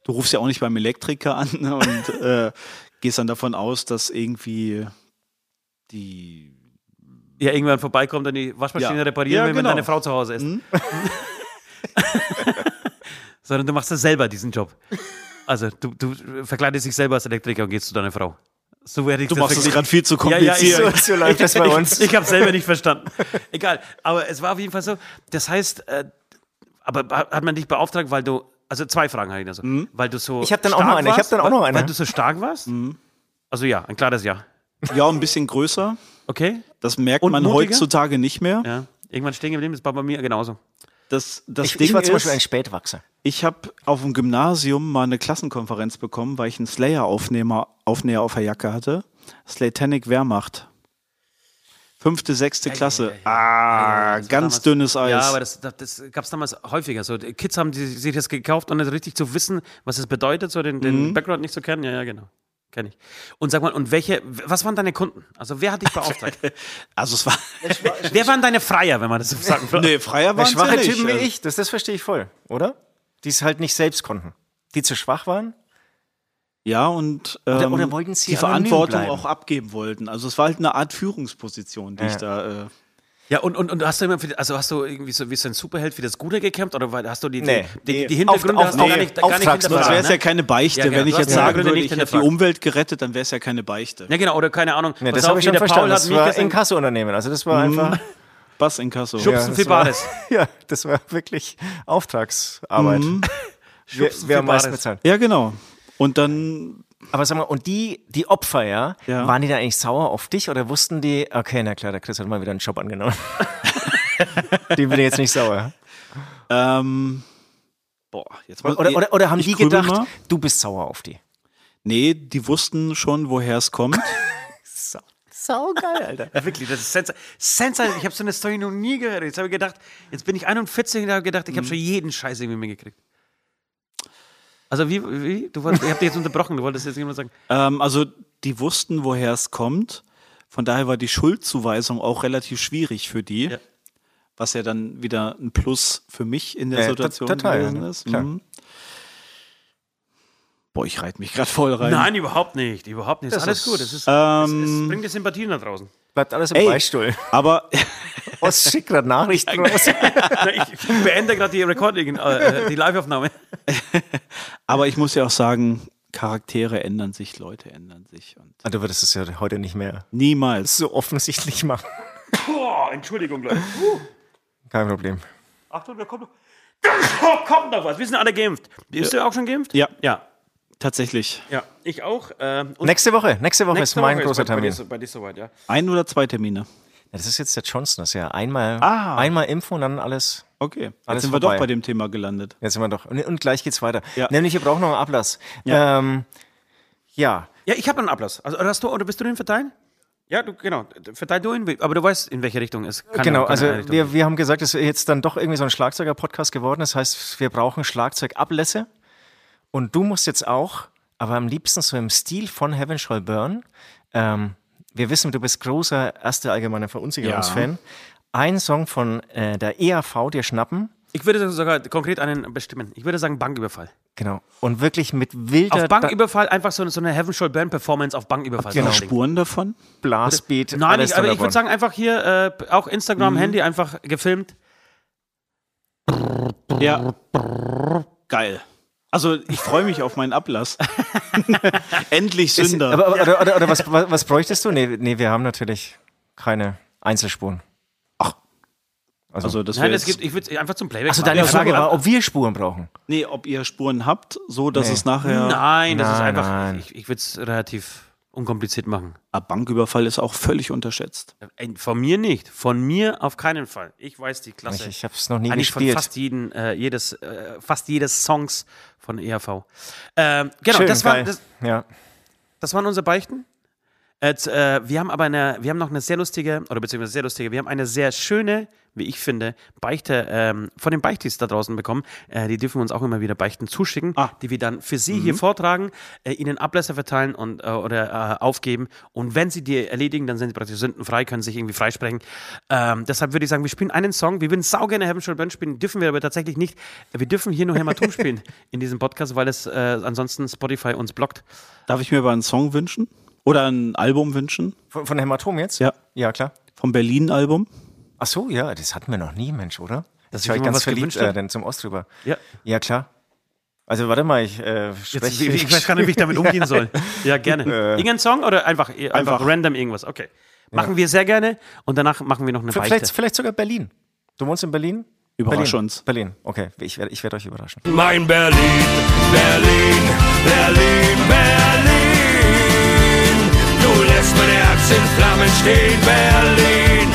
D: Du rufst ja auch nicht beim Elektriker an ne, und äh, gehst dann davon aus, dass irgendwie Die.
C: Ja, irgendwann vorbeikommt und die Waschmaschine
D: Ja.
C: reparieren
D: Ja,
C: will, wenn
D: genau.
C: deine Frau zu Hause ist. Sondern du machst das selber, diesen Job. Also, du, du verkleidest dich selber als Elektriker und gehst zu deiner Frau. So werde ich
D: Du machst es
C: verkligen.
D: gerade viel zu
C: Ja, ja,
D: kompliziert.
C: ich,
B: So- so läuft das bei uns.
C: Ich, ich habe selber nicht verstanden. Egal, aber es war auf jeden Fall so. Das heißt, äh, aber ha- hat man dich beauftragt, weil du also zwei Fragen hatte ich da so, weil du so
B: Mhm. Ich hab dann auch noch eine, ich
C: warst,
B: hab dann auch noch
C: weil-
B: eine. Mhm.
C: weil du so stark warst. Also ja, ein klares Ja.
D: ja, ein bisschen größer.
C: Okay,
D: Das merkt
C: Und
D: man
C: mutiger?
D: heutzutage nicht mehr.
C: ja. Irgendwann stehen geblieben, das war bei mir genauso.
D: Das, das
B: Ich,
D: Ding
B: ich war zum
D: ist,
B: Beispiel ein Spätwachser.
D: ich habe auf dem Gymnasium mal eine Klassenkonferenz bekommen, weil ich einen Slayer-Aufnäher Aufnäher auf der Jacke hatte. Slatanic Wehrmacht. Fünfte, sechste Klasse. Ah, ganz dünnes Eis.
C: Ja, aber das, das, das gab es damals häufiger. So, die Kids haben die, sich das gekauft, ohne so richtig zu wissen, was es bedeutet, so den,
B: Mhm.
C: den Background nicht zu kennen. Ja, ja, genau. Kenne ich. Und sag mal, und welche, was waren deine Kunden? Also wer hat dich beauftragt?
D: also es war.
C: wer waren deine Freier, wenn man das so sagen will?
D: nee, freier war
B: Schwache Typen
C: also-
B: wie ich, das, das verstehe ich voll, oder? Die es halt nicht selbst konnten. Die zu schwach waren?
D: Ja, und ähm,
B: oder wollten sie
D: die
B: anonym
D: Verantwortung
B: bleiben?
D: auch abgeben wollten. Also es war halt eine Art Führungsposition, die ich da. Äh,
C: Ja, und, und, und hast du immer, für, also hast du irgendwie so wie so ein Superheld für das Gute gekämpft oder weil- hast du die, die,
B: Nee.
C: die, die,
D: Nee.
C: Hintergründe
B: Auf-
C: hast
B: auf-
C: du gar
B: nee.
C: nicht, gar nicht
B: Auftragsmörder,
D: das
C: hinterfragt?
D: wäre
B: wär
D: es
C: ne?
D: ja keine Beichte.
C: Ja, genau,
D: Wenn ich
C: du
D: jetzt
C: hast die
D: sagen
C: Hintergründe
D: würde,
C: nicht
D: ich hätte die
C: hinterfragt.
D: Umwelt gerettet, dann wäre es ja keine Beichte.
C: Ja, genau, oder keine Ahnung.
B: Ne,
C: Pass
B: das
C: auf,
B: habe ich schon
C: hier der Paul
B: verstanden.
C: hat
B: Das
C: mich Mhm.
B: war
C: gestern-
B: Inkasso-Unternehmen. Also das war einfach...
D: Bass in Kasso.
C: Schubsen
B: das
C: für
B: war-
C: Bares.
B: Ja, das war wirklich Auftragsarbeit.
C: Mhm.
B: Wer, wer am meisten
C: Bares.
B: bezahlt.
D: Ja, genau. Und dann,
B: Aber sag mal, und die, die Opfer, ja,
D: Ja.
B: waren die da eigentlich sauer auf dich oder wussten die, okay, na klar, der Chris hat mal wieder einen Job angenommen. die bin ich jetzt nicht sauer.
D: ähm, boah, jetzt muss-
B: Oder, oder, oder haben
D: ich
B: die
D: grübel
B: gedacht,
D: mal.
B: du bist sauer auf die?
D: Nee, die wussten schon, woher es kommt.
B: Sau, sau geil, Alter.
C: Ja, wirklich, das ist sensa sensationell. Ich habe so eine Story noch nie gehört. Jetzt habe ich gedacht, jetzt bin ich 41 und habe gedacht,
B: Mhm.
C: ich habe schon jeden Scheiß irgendwie mitgekriegt. Also wie, wie? Du wolltest, ich habe dich jetzt unterbrochen, du wolltest jetzt irgendwas sagen.
D: ähm, also, die wussten, woher es kommt. Von daher war die Schuldzuweisung auch relativ schwierig für die.
C: Ja.
D: Was ja dann wieder ein Plus für mich in der
B: Ja,
D: Situation
B: to- total,
D: gewesen
B: ne?
D: ist.
B: Klar.
D: Mhm. Boah, ich reite mich gerade voll rein.
C: Nein, überhaupt nicht, überhaupt nicht. Das ist alles
B: ist-
C: gut, es, ist, es, es
D: Ähm,
C: bringt die Sympathien da draußen.
B: Bleibt alles im
D: Ey.
B: Beistuhl.
D: aber
B: Was schickt gerade Nachrichten raus?
D: genau.
C: Na, Ich ich beende gerade die Recording, äh, äh, die Live-Aufnahme.
D: Aber ich muss ja auch sagen, Charaktere ändern sich, Leute ändern sich. Und
B: Ah, Du würdest es ja heute nicht mehr
D: niemals.
B: so offensichtlich machen.
C: Boah, Entschuldigung, Leute.
B: Kein Problem.
C: Achtung, da kommt noch, da kommt noch was. Wir sind alle geimpft. Bist du auch schon geimpft?
D: Ja.
C: Ja,
D: Tatsächlich.
C: ja. Ich auch. Ähm, und
B: Nächste Woche, nächste Woche ist
C: nächste
B: mein
C: Woche
B: großer
C: bei, bei, dir,
B: Termin.
C: so- bei dir soweit, ja.
D: Ein oder zwei Termine.
B: Ja, Das ist jetzt der Johnson, das ist ja einmal,
D: Ah.
B: einmal Impfung, dann alles.
D: Okay.
B: Alles
D: Jetzt sind wir
B: vorbei.
D: doch bei dem Thema gelandet.
B: Jetzt sind wir doch. Und, und gleich geht's weiter.
D: Ja.
B: Nämlich, wir brauchen noch einen Ablass. Ja. Ähm, ja.
C: Ja, ich habe einen Ablass. Also, oder, hast du, oder bist du den verteilen? Ja, du, genau. Verteil du ihn, aber du weißt, in welche Richtung es kann.
B: Genau,
C: kann
B: also
C: eine Richtung
B: wir, wir haben gesagt, es ist jetzt dann doch irgendwie so ein Schlagzeuger-Podcast geworden. Das heißt, wir brauchen Schlagzeugablässe. Und du musst jetzt auch, aber am liebsten so im Stil von Heaven Shall Burn. Ähm, wir wissen, du bist großer erste allgemeine Verunsicherungsfan. Einen Song von äh, der EAV dir schnappen.
C: sein. ich würde sogar konkret einen bestimmen. Ich würde sagen Banküberfall.
B: Genau. Und wirklich mit wilder
C: Auf Banküberfall einfach so, so eine Heaven Shall Burn Performance auf Banküberfall.
B: Genau.
C: drauflegen.
D: Spuren davon?
B: Blasbeat.
C: Nein,
B: alles Mhm.
C: ich, aber ich
B: drunter
C: würde sagen, einfach hier äh, auch Instagram, Handy einfach gefilmt.
D: Ja. Geil. Also ich freue mich auf meinen Ablass. Endlich Sünder.
B: Aber, aber, oder, oder, oder was, was, was bräuchtest du? Nee, nee, wir haben natürlich keine Einzelspuren.
D: Ach.
B: Also,
D: also das wäre
C: Nein, es
D: jetzt,
C: gibt, ich würde einfach zum Playback.
B: also deine
C: machen.
B: Frage war, ob wir Spuren brauchen.
D: nee, ob ihr Spuren habt, so dass
B: Nee.
D: es nachher
C: Nein, das ist
B: Nein,
C: einfach.
B: nein.
C: Ich, ich würde es relativ unkompliziert machen.
D: Ah, Banküberfall ist auch völlig unterschätzt.
C: Äh, Von mir nicht. Von mir auf keinen Fall. Ich weiß die Klasse.
B: Ich, ich habe es noch nie
C: Eigentlich Ah, von
B: gespielt.
C: fast jeden, äh, jedes, äh, fast jedes Songs von ERV. Ähm, genau,
B: Schön,
C: das, war,
B: geil.
C: das,
B: ja.
C: das waren unsere Beichten. Jetzt, äh, wir haben aber eine, wir haben noch eine sehr lustige, oder beziehungsweise sehr lustige, wir haben eine sehr schöne, wie ich finde, Beichte ähm, von den Beichtis da draußen bekommen. Äh, die dürfen uns auch immer wieder Beichten zuschicken,
D: Ah.
C: die wir dann für sie hier vortragen, äh, ihnen Ablässe verteilen und, äh, oder äh, aufgeben. Und wenn sie die erledigen, dann sind sie praktisch sündenfrei, können sich irgendwie freisprechen. Ähm, deshalb würde ich sagen, wir spielen einen Song. Wir würden saugerne Heaven Shall Burn spielen, dürfen wir aber tatsächlich nicht. Wir dürfen hier nur Hämatom spielen in diesem Podcast, weil es äh, ansonsten Spotify uns blockt.
D: Darf ich mir aber einen Song wünschen? Oder ein Album wünschen
B: Von, von Hämatom jetzt?
D: Ja.
B: Ja, klar.
D: vom Berlin-Album.
B: Ach so, ja, das hatten wir noch nie, Mensch, oder? Das
C: ich
B: war ich
C: mir
B: ganz
C: was
B: verliebt
C: gewünscht hab.
B: äh, denn zum Ostrüber.
C: Ja.
B: Ja, klar. Also warte mal, ich äh,
C: Jetzt,
B: spreche.
C: ich, ich weiß gar nicht, wie ich damit umgehen soll. Ja, gerne. Irgendein Song oder einfach, einfach, random irgendwas? Okay. Machen wir sehr gerne und danach machen wir noch eine Beichte.
B: vielleicht, vielleicht sogar Berlin. Du wohnst in Berlin?
D: Überrasch
B: Berlin.
D: uns.
B: Berlin, okay. Ich werde ich werd euch überraschen.
A: Mein Berlin, Berlin, Berlin, Berlin. Du lässt mein Herz in Flammen stehen, Berlin.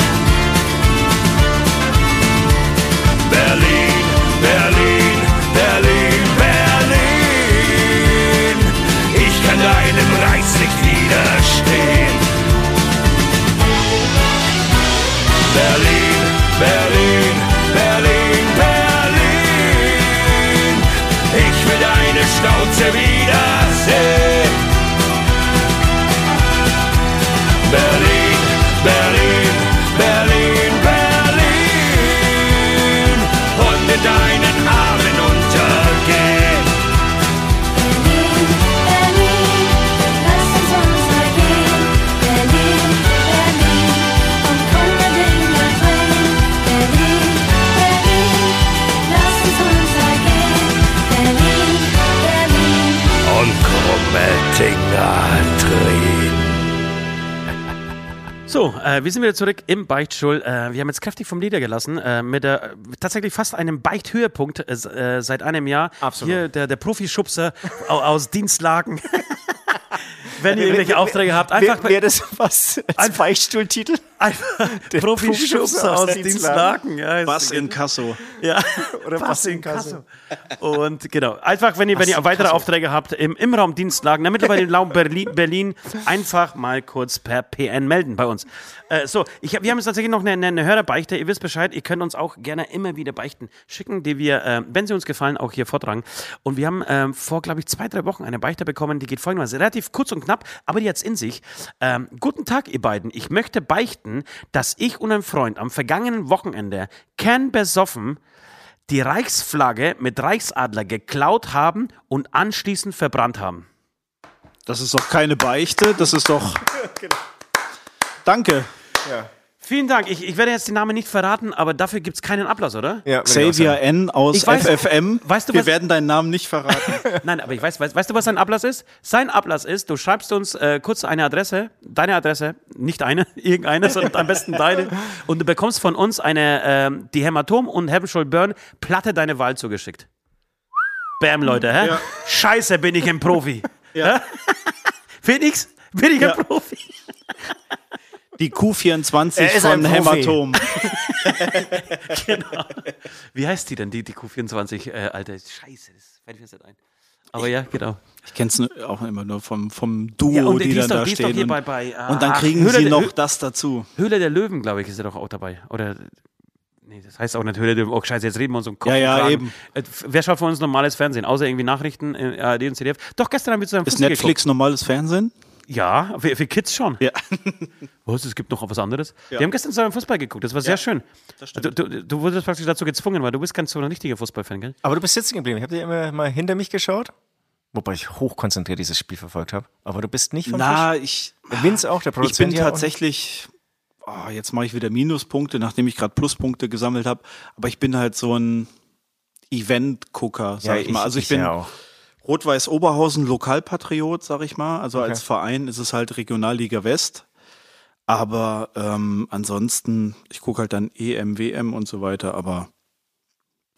A: Berlin, Berlin, Berlin, Berlin. Ich kann deinem Reiz nicht widerstehen. Berlin, Berlin, Berlin, Berlin. Ich will deine Schnauze wiedersehen. Berlin, Berlin, Berlin, Berlin. Und mit deinen Armen untergehen.
E: Berlin, Berlin, lass uns untergehen. Berlin, Berlin, und komm der Dinge rein. Berlin, Berlin, lass uns untergehen. Berlin, Berlin.
A: Und krumme Dinger drehen.
C: So, äh, wir sind wieder zurück im Beichtstuhl. Äh, wir haben jetzt kräftig vom Leder gelassen, äh, mit der, äh, tatsächlich fast einem Beichthöhepunkt äh, s- äh, seit einem Jahr.
B: Absolut.
C: Hier der, der Profischubser au, aus Dienstlagen. Wenn ihr irgendwelche Aufträge habt, einfach,
B: Wäre das was? Ein Beichtstuhltitel?
C: einfach Profischubser aus Dienstlagen. Ja, ist-
D: Was in Kasso.
C: Ja,
B: Oder was in Kassel?
C: Und genau, einfach, wenn ihr, wenn ihr weitere Aufträge habt im, im Raum Dienstlagen, damit ihr bei den Raum Berlin, Berlin einfach mal kurz per PN melden bei uns. Äh, so, ich hab, wir haben jetzt tatsächlich noch eine, eine- eine Hörerbeichte. Ihr wisst Bescheid, ihr könnt uns auch gerne immer wieder Beichten schicken, die wir, äh, wenn sie uns gefallen, auch hier vortragen. Und wir haben ähm, vor, glaube ich, zwei, drei Wochen eine Beichte bekommen, die geht folgendermaßen. Relativ kurz und knapp, aber die hat's in sich. Ähm, guten Tag, ihr beiden. Ich möchte beichten, dass ich und ein Freund am vergangenen Wochenende kernbesoffen die Reichsflagge mit Reichsadler geklaut haben und anschließend verbrannt haben.
D: Das ist doch keine Beichte, das ist doch. Danke.
C: Vielen Dank. Ich, ich werde jetzt den Namen nicht verraten, aber dafür gibt es keinen Ablass, oder?
B: Ja, würde ich auch
D: Xavier N. aus
C: Ich weiß-
D: FFM.
C: weißt du,
D: Wir
C: was-
D: werden deinen Namen nicht verraten.
C: Nein, aber ich weiß, weiß, weißt du, was sein Ablass ist? Sein Ablass ist, du schreibst uns äh, kurz eine Adresse, deine Adresse, nicht eine, irgendeine, sondern am besten deine, und du bekommst von uns eine, ähm, die Hämatom und Heavenshall Burn Platte deine Wahl zugeschickt. Bam, Leute, hä? Scheiße, bin ich ein Profi. Hä? Felix, bin ich ein Profi?
D: Die Q24
B: Er ist ein
D: von
B: Profi.
D: Hämatom.
C: Genau. Wie heißt die denn, die, die Q24, äh, Alter? Scheiße, das fällt mir jetzt nicht ein. Aber ja, genau.
D: Ich kenn's nur- auch immer nur vom, vom Duo,
C: und
D: die,
C: die
D: dann
C: ist doch-
D: da
C: die ist doch
D: stehen.
C: hier
D: und,
C: bei- bei,
D: und dann
C: ach,
D: kriegen
C: Höhle
D: sie
C: der-
D: noch das dazu.
C: Höhle der Löwen, glaube ich, ist ja doch auch dabei. Oder. Nee, das heißt auch nicht Höhle der Löwen. Oh, scheiße, jetzt reden wir uns um Kopf.
D: Ja,
C: und
D: ja,
C: Kragen.
D: eben.
C: Äh, wer schaut von uns normales Fernsehen? Außer irgendwie Nachrichten, äh, ARD und ZDF. Doch, gestern haben wir zusammen
D: Ist
C: Fußball
D: Netflix normales Fernsehen?
C: geguckt. Ja, für, für Kids schon.
D: Ja.
C: Was, es gibt noch was anderes? Wir haben gestern zusammen Fußball geguckt, das war sehr schön. Du, du, du wurdest praktisch dazu gezwungen, weil du bist ganz so ein richtiger Fußballfan, gell?
B: Aber du bist sitzen geblieben. Ich habe dir immer mal hinter mich geschaut. Wobei ich hochkonzentriert dieses Spiel verfolgt habe. Aber du bist nicht vom
D: Na, ich,
B: Tisch. Vince auch, der
D: ich bin
B: Produzent. ja auch.
D: tatsächlich. Oh, jetzt mache ich wieder Minuspunkte, nachdem ich gerade Pluspunkte gesammelt habe. Aber ich bin halt so ein Event-Gucker,
B: Ja,
D: sag ich, mal. Also ich, bin
B: ja auch.
D: Rot-Weiß Oberhausen Lokalpatriot, sag ich mal. Also als Verein ist es halt Regionalliga West. Aber ähm, ansonsten, ich gucke halt dann EM, WM und so weiter, aber,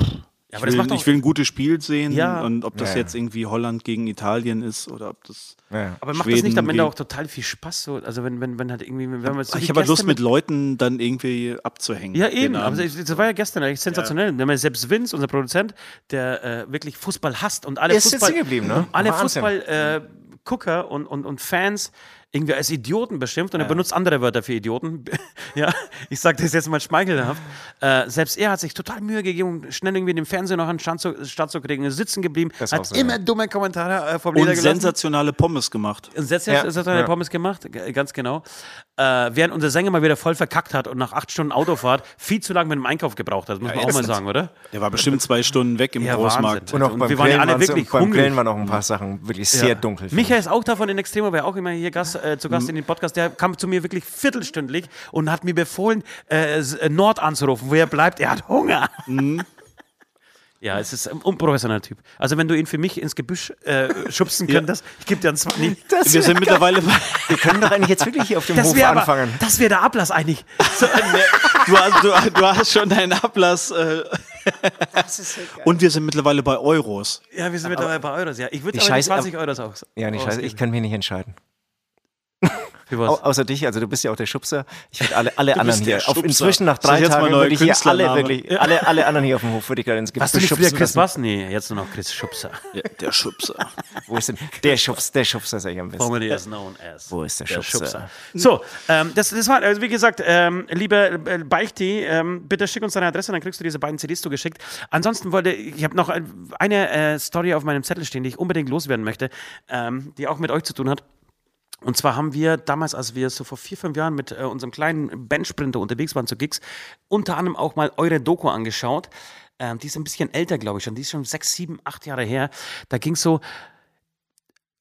C: Ja,
D: ich, will, ich will ein gutes Spiel sehen
C: Ja.
D: und ob das
B: Ja, ja.
D: jetzt irgendwie Holland gegen Italien ist oder ob das.
B: Ja.
C: Aber macht das
D: Schweden
C: nicht am Ende
D: gegen-
C: auch total viel Spaß? So, also wenn, wenn, wenn halt irgendwie, wenn man so
D: ich
C: die
D: habe halt
C: Gäste
D: Lust, mit Leuten dann irgendwie abzuhängen.
C: Ja,
D: den
C: eben.
D: Abend.
C: Aber es- das war ja gestern echt sensationell. Wir haben ja Selbst Vince, unser Produzent, der äh, wirklich Fußball hasst und alle
B: Ist sitzen
C: Fußball,
B: geblieben, ne?
C: alle
B: Wahnsinn.
C: Fußball-Gucker und, und, und Fans irgendwie als Idioten beschimpft und er benutzt andere Wörter für Idioten. ja, ich sage das jetzt mal schmeichelhaft. Äh, selbst er hat sich total Mühe gegeben, um schnell irgendwie den Fernseher noch an den Stand zu, Start zu kriegen. Er ist sitzen geblieben,
B: Das auch
C: hat
B: so,
C: immer
B: ja.
C: dumme Kommentare äh, vom Leder
D: Und
C: gelassen.
D: sensationale Pommes gemacht.
C: Setzt
B: Ja,
C: ja, hat eine
B: ja.
C: Pommes gemacht, g- ganz genau. Äh, während unser Sänger mal wieder voll verkackt hat und nach acht Stunden Autofahrt viel zu lange mit dem Einkauf gebraucht hat, muss man auch mal sagen, oder?
D: Der war bestimmt zwei Stunden weg im
C: Ja,
D: Großmarkt.
C: Wahnsinn.
B: Und auch
C: Und
B: beim
C: wir waren ja
B: Grillen
C: alle
B: waren's-
C: wirklich
B: beim
C: hungrig.
B: Grillen waren auch ein paar Sachen wirklich sehr dunkel.
C: Michael ist auch davon in Extremo, war ja auch immer hier Gast, äh, äh, zu Gast in den Podcast, der kam zu mir wirklich viertelstündlich und hat mir befohlen, äh, S- äh, Nord anzurufen, wo er bleibt. Er hat Hunger.
B: Mhm.
C: Ja, es ist ein unprofessioneller Typ. Also wenn du ihn für mich ins Gebüsch äh, schubsen könntest, ich gebe dir einen Zwanni.
D: Wir sind mittlerweile bei.
B: Wir können doch eigentlich jetzt wirklich hier auf dem
C: Das
B: Hof
C: wäre aber-
B: anfangen.
C: das wäre der Ablass eigentlich. So,
D: Du hast, du, du hast schon deinen Ablass. Äh. Und wir sind mittlerweile bei Euros.
C: ja, wir sind mittlerweile bei Euros. Ja, ich würde
B: Die
C: aber die
B: Scheiße-
C: 20 Euros auch.
B: Ja, nicht scheiße, ich kann mich nicht entscheiden.
C: Für
B: Au
C: Oh, was?
B: außer dich, also du bist ja auch der Schubser. Ich würde alle, alle anderen
D: bist der
B: hier, auf,
D: Schubser.
B: inzwischen nach
D: Soll ich
B: drei
D: jetzt mal
B: Tagen
D: neuer
B: würde ich hier alle,
D: Künstlername?
B: wirklich, alle, alle anderen hier auf dem Hof würde ich gerade ins
C: Warst du
B: Gebüsch
C: nicht früher
B: schubsen lassen.
C: Chris Bass? Nee, jetzt nur noch Chris Schubser.
D: der Schubser.
B: Wo ist denn der Schubs, der Schubser sag ich am besten.
C: Formerly as known as.
B: Wo ist der Schubser?
C: So, ähm, das, das war, also wie gesagt, ähm, liebe äh, Beichti, ähm, bitte schick uns deine Adresse, dann kriegst du diese beiden CDs zugeschickt. Ansonsten wollte ich habe noch ein, eine äh, Story auf meinem Zettel stehen, die ich unbedingt loswerden möchte, ähm, die auch mit euch zu tun hat. Und zwar haben wir damals, als wir so vor vier, fünf Jahren mit äh, unserem kleinen Bandsprinter unterwegs waren zu Gigs, unter anderem auch mal eure Doku angeschaut. Ähm, die ist ein bisschen älter, glaube ich schon. Die ist schon sechs, sieben, acht Jahre her. Da ging es so,